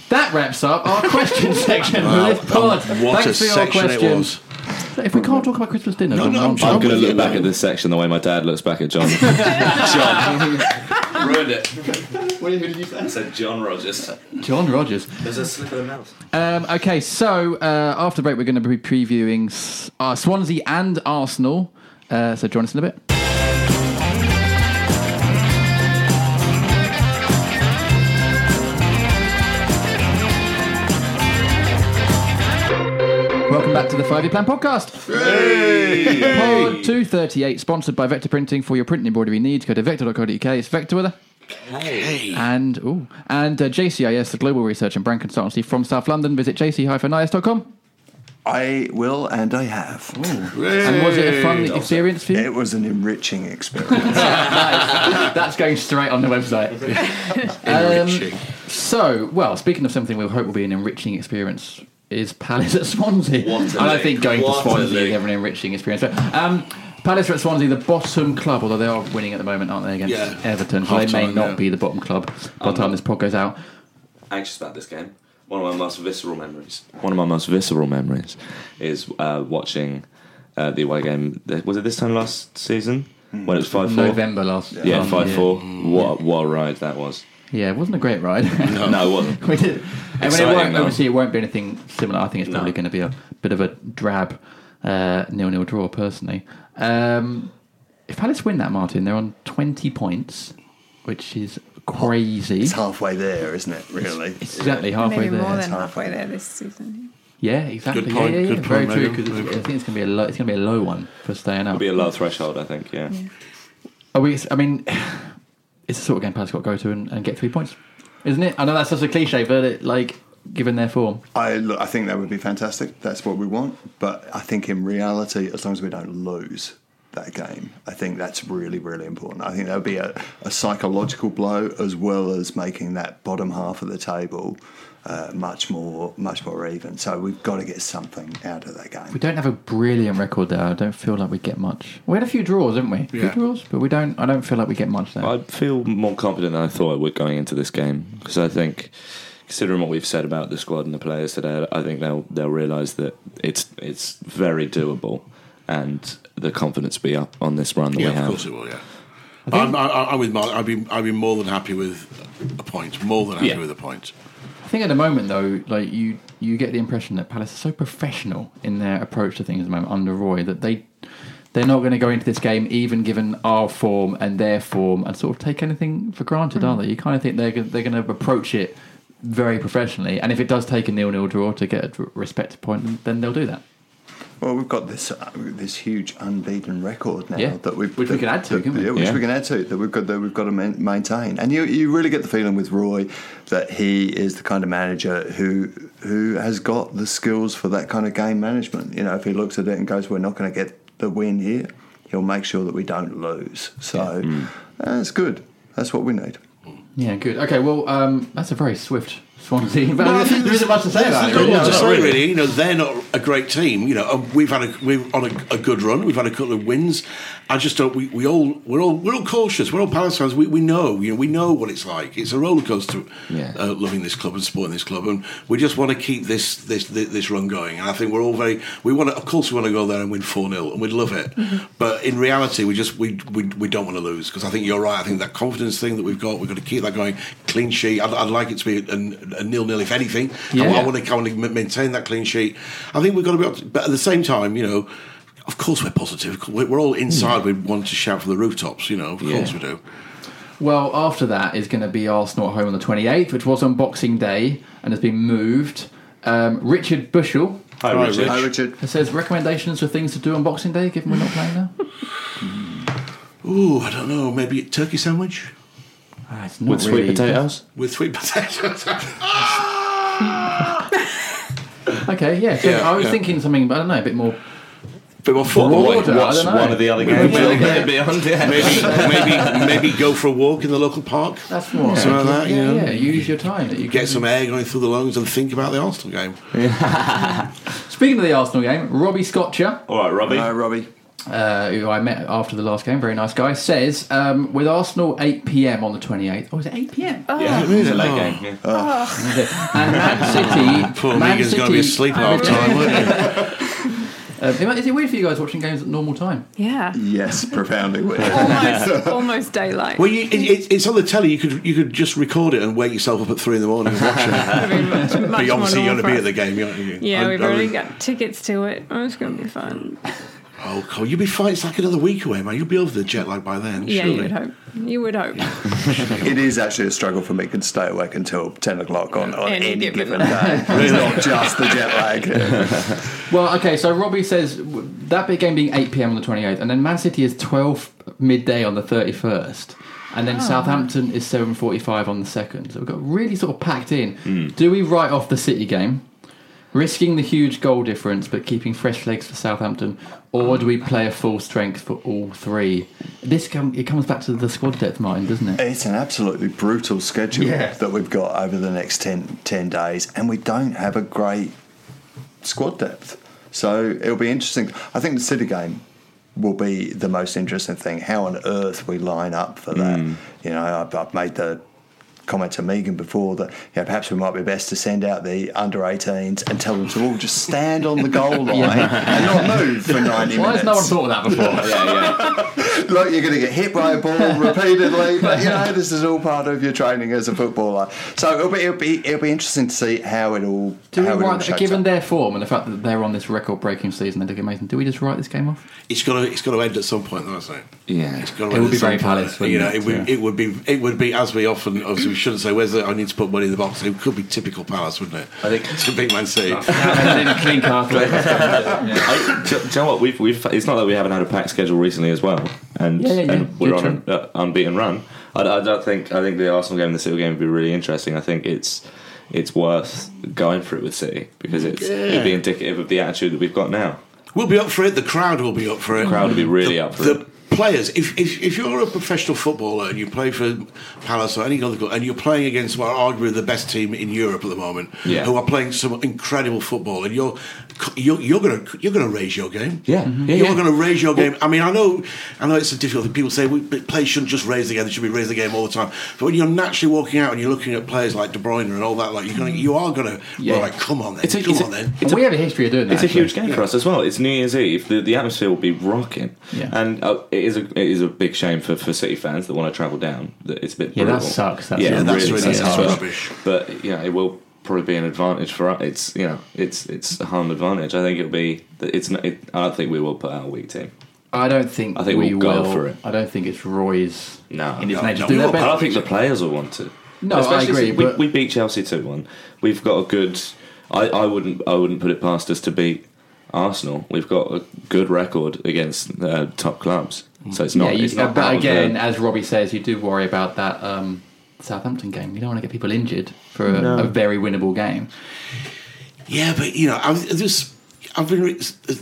that wraps up our question section Wow. Um, for this pod. Oh, What Thanks a for your section questions. it was. If we can't talk about Christmas dinner, No, then no, I'm I'm sorry. I'm going to with look you, back man. at this section the way my dad looks back at <laughs> John. John. Ruined it. I said John Rogers. John Rogers. There's a slip of the mouth. Um, okay, so uh, after break, we're going to be previewing S- uh, Swansea and Arsenal. Uh, so join us in a bit. Welcome back to the Five Year Plan podcast. Pod 238, sponsored by Vector Printing. For your print and embroidery needs, go to vector.co.uk. It's Vector with a and ooh, and uh, JCIS, the global research and brand consultancy from South London. Visit jc-is.com. I will, and I have. And was it a fun experience for you? It was an <laughs> enriching <laughs> experience. That's going straight on the website. Um, Enriching. so, well, speaking of something we hope will be an enriching experience is Palace at Swansea. What a I don't league. think going What to a Swansea is league. ever an enriching experience. But, um, Palace are at Swansea, the bottom club, although they are winning at the moment, aren't they, against Yeah. Everton? So they may Half-time, not yeah. be the bottom club by the time this pod goes out. anxious about this game. One of my most visceral memories. One of my most visceral memories is uh, watching uh, the away game. Was it this time last season when it was five four? November last Hmm. Yeah, last five year. four. What what a ride that was. Yeah, it wasn't a great ride. No, it wasn't. <laughs> we did. And when it Exciting, won't, though. obviously, it won't be anything similar. I think it's probably No. going to be a bit of a drab uh, nil-nil draw, personally. Um, if Palace win that, Martin, they're on twenty points. which is crazy. It's halfway there, isn't it? Really. It's exactly halfway Maybe there. more than halfway halfway there. there this season. Yeah, exactly. Good point, Yeah, yeah, yeah. good Very point, true. Megan. Because I think it's going to be a low. It's going to be a low one for staying up. It'll be a low threshold, I think. Yeah. Are we, I mean, <sighs> it's the sort of game Palace got to go to and, and get three points, isn't it? I know that's such a cliche, but it, like given their form, I look, I think that would be fantastic. That's what we want. But I think in reality, as long as we don't lose that game, I think that's really really important. I think that would be a, a psychological blow as well as making that bottom half of the table. Uh, much more, much more even. So we've got to get something out of that we game. don't have a brilliant record there. I don't feel like we get much. We had a few draws, didn't we? A Yeah. few draws, but we don't. I don't feel like we get much there. I feel more confident than I thought I would going into this game because I think, considering what we've said about the squad and the players today, I think they'll they'll realise that it's it's very doable, and the confidence will be up on this run that Yeah, we of have. course it will. Yeah, I'm, I, I- I'm with Mark. I'd be I'd be more than happy with a point. More than happy Yeah. with a point. I think at the moment though, like you, you get the impression that Palace are so professional in their approach to things at the moment under Roy that they they're not going to go into this game even given our form and their form and sort of take anything for granted, are they? You kind of think they're gonna- they're going to approach it very professionally, and if it does take a nil-nil draw to get a dr- respected point, then- then they'll do that. Well, we've got this uh, this huge unbeaten record now Yeah. that we've Which we that- can add to, that- can't we? yeah, which Yeah. we can add to that we've got that we've got to main, maintain. And you you really get the feeling with Roy that he is the kind of manager who who has got the skills for that kind of game management. You know, if he looks at it and goes, "We're not going to get the win here," he'll make sure that we don't lose. So that's good. That's what we need. Yeah, good. Okay, well, um, that's a very swift Swansea. But <laughs> there isn't much to say about it. really. There's not much No, not to say, really. really. You know, they're not a great team. You know, and we've had a we're on a, a good run. We've had a couple of wins. I just don't. We, we all we're all we're all cautious. We're all Palace fans. We, we know. You know, we know what it's like. It's a roller coaster. Yeah. Uh, loving this club and supporting this club, and we just want to keep this this this, this run going. And I think we're all very. We want. To, of course, we want to go there and win four 0 and we'd love it. Mm-hmm. But in reality, we just we we, we don't want to lose because I think you're right. I think that confidence thing that we've got, we've got to keep that going. Clean sheet. I'd, I'd like it to be a, a, nil nil if anything. I- Yeah. I want to kind of ma- maintain that clean sheet. I think we've got to be, able to, but at the same time, you know, of course we're positive. We're we're all inside. Hmm. We want to shout from the rooftops. You know, of course we do. Well, after that is going to be Arsenal at home on the 28th, which was on Boxing Day and has been moved. Um, Richard Bushell Hi, Richard. Hi, Richard. says recommendations for things to do on Boxing Day, given we're not playing now. Ooh, I don't know. Maybe a turkey sandwich Ah, it's not With sweet really- <laughs> potatoes. with sweet <laughs> potatoes. <laughs> Okay, yeah. So Yeah, I was yeah. thinking something, but I don't know, a bit more. bit more football. Broader, I Watch don't know. one of the other games. Maybe, Yeah. maybe, maybe, maybe go for a walk in the local park. That's more. Something like that, yeah, you know. yeah, use your time. That you Get get. some air going through the lungs and think about the Arsenal game. Speaking of the Arsenal game, Robbie Scotcher, All right, <laughs> Robbie. Hi, Robbie. uh, who I met after the last game, very nice guy, says um, with Arsenal 8 p.m. on the 28th. Oh, is it 8 p.m.? yeah, it's a late Oh, game. yeah. And <laughs> Man City. Poor Man Megan's going to be City- asleep half time, won't he? Uh, is it weird for you guys watching games at normal time? Yeah. Yes, profoundly weird. <laughs> Almost, almost daylight. Well, you, it, it, it's on the telly. You could you could just record it and wake yourself up at three in the morning and watch it. <laughs> <laughs> It'd be much, much but you more obviously you're normal going to be for at the us. game, aren't you? Yeah, I- we've I already really- got tickets to it. Oh, it's going to be fun. Oh, cool. You'll be fine. It's like another week away, man. You'll be over the jet lag by then. Yeah, you surely. would hope. You would hope. <laughs> It is actually a struggle for me to stay awake until 10 o'clock on, on Any any, given given day. it's not just the jet lag. Well, okay, so Robbie says w- that big game being 8 pm on the 28th, and then Man City is 12 midday on the 31st, and then Southampton is 7.45 on the 2nd. So we've got really sort of packed in. Do we write off the City game, risking the huge goal difference but keeping fresh legs for Southampton, or do we play a full strength for all three? This com- It comes back to the squad depth, Martin, doesn't it? It's an absolutely brutal schedule Yeah. that we've got over the next 10, 10 days, and we don't have a great squad depth. So it'll be interesting. I think the City game will be the Mm. most interesting thing. How on earth we line up for that? You know, I've, I've made the comment to Megan before that yeah, perhaps we might be best to send out the under 18s and tell them to all just stand on the <laughs> goal line and not move for 90 Why has minutes. no one thought of that before? Yeah, yeah. like you're going to get hit by a <laughs> ball repeatedly, but you know this is all part of your training as a footballer. So it'll be it'll be, it'll be interesting to see how it all Do we how it all write, shapes given up. their form and the fact that they're on this record-breaking season, they look amazing. Do we just write this game off? It's got to it's got to end at some point, though, isn't it? Yeah. It's gotta It end would at be some very point. Palace, wouldn't You know, it? it would Yeah. it would be it would be as we often obviously we shouldn't say where's the I need to put money in the box. It could be typical Palace, wouldn't it? I think <laughs> to beat Man City. clean I, do, do you know what? We've, we've, it's not that we haven't had a packed schedule recently as well, and, Yeah, yeah, yeah. and we're Yeah, on an uh, unbeaten run. I, I don't think I think the Arsenal game and the City game would be really interesting. I think it's it's worth going for it with City because it's it'd be indicative of the attitude that we've got now. We'll be up for it. The crowd will be up for it. The crowd will be really up for Mm. the it. Players, if, if, if you're a professional footballer and you play for Palace or any other club, and you're playing against what are arguably the best team in Europe at the moment, Yeah. who are playing some incredible football, and you're you're, you're gonna you're gonna raise your game. Yeah. Mhm. Yeah, you're yeah. gonna raise your game. I mean, I know I know it's a difficult thing. People say we, but players shouldn't just raise the game; they should be raising the game all the time. But when you're naturally walking out and you're looking at players like De Bruyne and all that, like you're gonna you are gonna Yeah. like come on then, It's a- come it's a- on then. we have a history of doing that. It's a actually. huge game for us as well. It's New Year's Eve. The, the atmosphere will be rocking, Yeah. and uh, it is a it is a big shame for, for City fans that want to travel down. That it's a bit Yeah, that brutal. sucks. That's yeah, really- it that's really really sucks hard. for us. Rubbish. But you know, it will probably be an advantage for us. It's you know, it's it's a home advantage. I think it'll be. It's not. It, I don't think we will put out a weak team. I don't think. I think we we'll go will. for it. I don't think it's Roy's No, in his no, nature. no, to do that, we won't. I but don't think the players will want to. No, I agree, since We, but- we beat Chelsea two one. We've got a good. I, I wouldn't. I wouldn't put it past us to beat Arsenal. We've got a good record against uh, top clubs, so it's not. yeah, you- it's not out but of the- again, as Robbie says, you do worry about that um, Southampton game. You don't want to get people injured for a, a very winnable game. Yeah, but you know, I've, there's I've been re-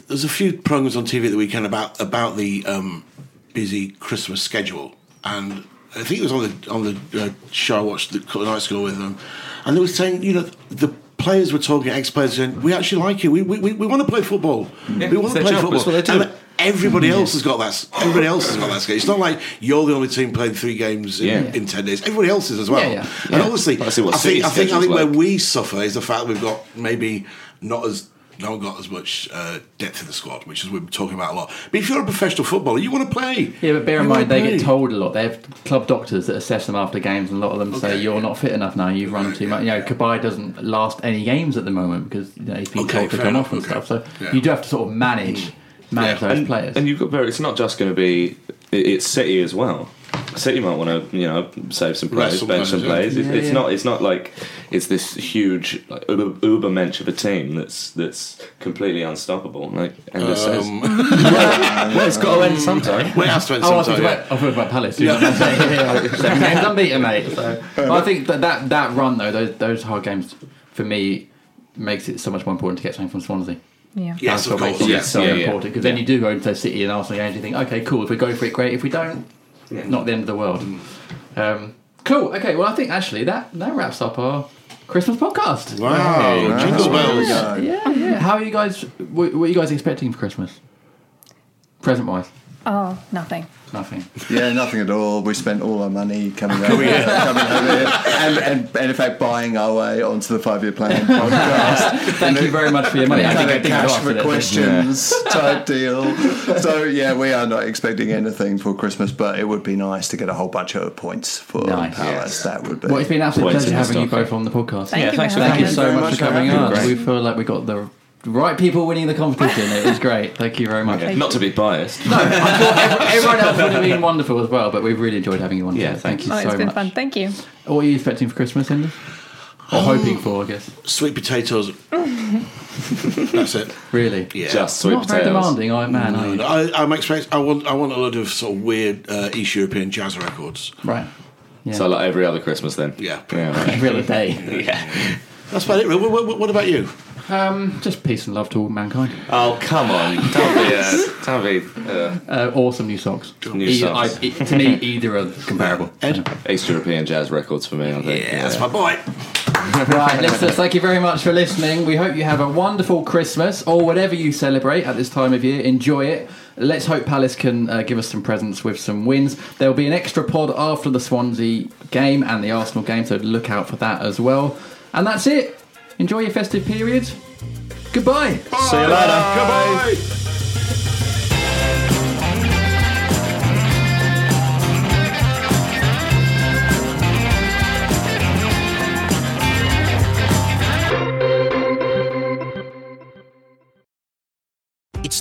there's a few programs on TV at the weekend about about the um, busy Christmas schedule, and I think it was on the on the uh, show I watched the co- night school with them, and they were saying you know the players were talking ex players saying we actually like it we we, we, we want to play football we want it's to their play job, football that's what they do. And Everybody Mm. else has got that. s- Everybody else has got that schedule. It's not like you're the only team playing three games in, Yeah. in ten days. Everybody else is as well. Yeah, yeah. And Yeah. honestly, I That's what think I think, I think schedule's where like. we suffer is the fact we've got maybe not as not got as much uh, depth in the squad, which is we've been talking about a lot. But if you're a professional footballer, you want to play. Yeah, but bear in You mind wanna they get play. told a lot. They have club doctors that assess them after games, and a lot of them say Okay. you're not fit enough now. You've run too much. You know, Kabay doesn't last any games at the moment because you know, he's been Okay, told to fair come enough, off and okay. stuff. So Yeah. you do have to sort of manage manage Yeah, those and, players. and you've got very. It's not just going to be. it- It's City as well. City might want to, you know, save Rest some players, some bench players, some yeah. players. It's, Yeah, it's yeah. not. It's not like it's this huge like, uber, uber mensch of a team that's that's completely unstoppable. Like Ender says, well, it's got to end sometime. Um, <laughs> Wait, I suppose <laughs> Oh, I sometime, think yeah. about, I think about Palace. you know what I'm saying? Yeah. Seven games <laughs> unbeaten, mate. So, but I think that, that that run though, those those hard games for me makes it so much more important to get something from Swansea. Yeah. Yes, That's of what course. makes it yeah. so Yeah, yeah. important because then you do go into City and Arsenal games. You think, okay, cool. If we go for it, great. If we don't, not the end of the world. Um, cool. Okay. Well, I think actually that that wraps up our Christmas podcast. Wow, jingle bells. Yeah. Yeah, yeah. How are you guys? What, what are you guys expecting for Christmas? Present wise, Oh, nothing. <laughs> nothing. Yeah, nothing at all. We spent all our money coming over, here, coming over here, and, and, and in fact buying our way onto the five-year <laughs> plan podcast. Thank you very much for your money. I think I Kind of think I've cash answered for it. questions <laughs> type deal. So yeah, we are not expecting anything for Christmas, but it would be nice to get a whole bunch of points for Nice. Palace. That would be. Well, it's been an absolute Points in pleasure the having you stock. both on the podcast. Thank Yeah, you. thanks for for Thank you having us. so very much much for for coming having on. us. We feel like we got the right people winning the competition. it was great. Thank you very much. Not to be biased. No, I thought every, everyone else would have been wonderful as well, but we've really enjoyed having you on. Yeah, today. thank thank you. you Oh, so it's been much. fun. Thank you. What are you expecting for Christmas, Ender? Or hoping for, I guess. <laughs> Sweet potatoes. That's it. Really? Yeah. Just sweet Not very potatoes. demanding, I man. Are you? I, I'm expect. I want. I want a lot of sort of weird uh, East European jazz records. Right. So like every other Christmas then. Yeah. <laughs> right. Every other day. That's about it. Really. What, what, what about you? Um, just peace and love to all mankind. Oh come <laughs> on! Don't be. Uh, don't be. Uh, Uh, awesome new socks. New Either- socks. I, to me, either are comparable. Ed. East European jazz records for me. I think. Yeah, that's my boy. right, listeners, thank you very much for listening. We hope you have a wonderful Christmas or whatever you celebrate at this time of year. Enjoy it. Let's hope Palace can uh, give us some presents with some wins. There'll be an extra pod after the Swansea game and the Arsenal game, so look out for that as well. And that's it. Enjoy your festive period. Goodbye. See you later. Goodbye. It's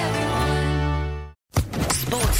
for everyone. Sports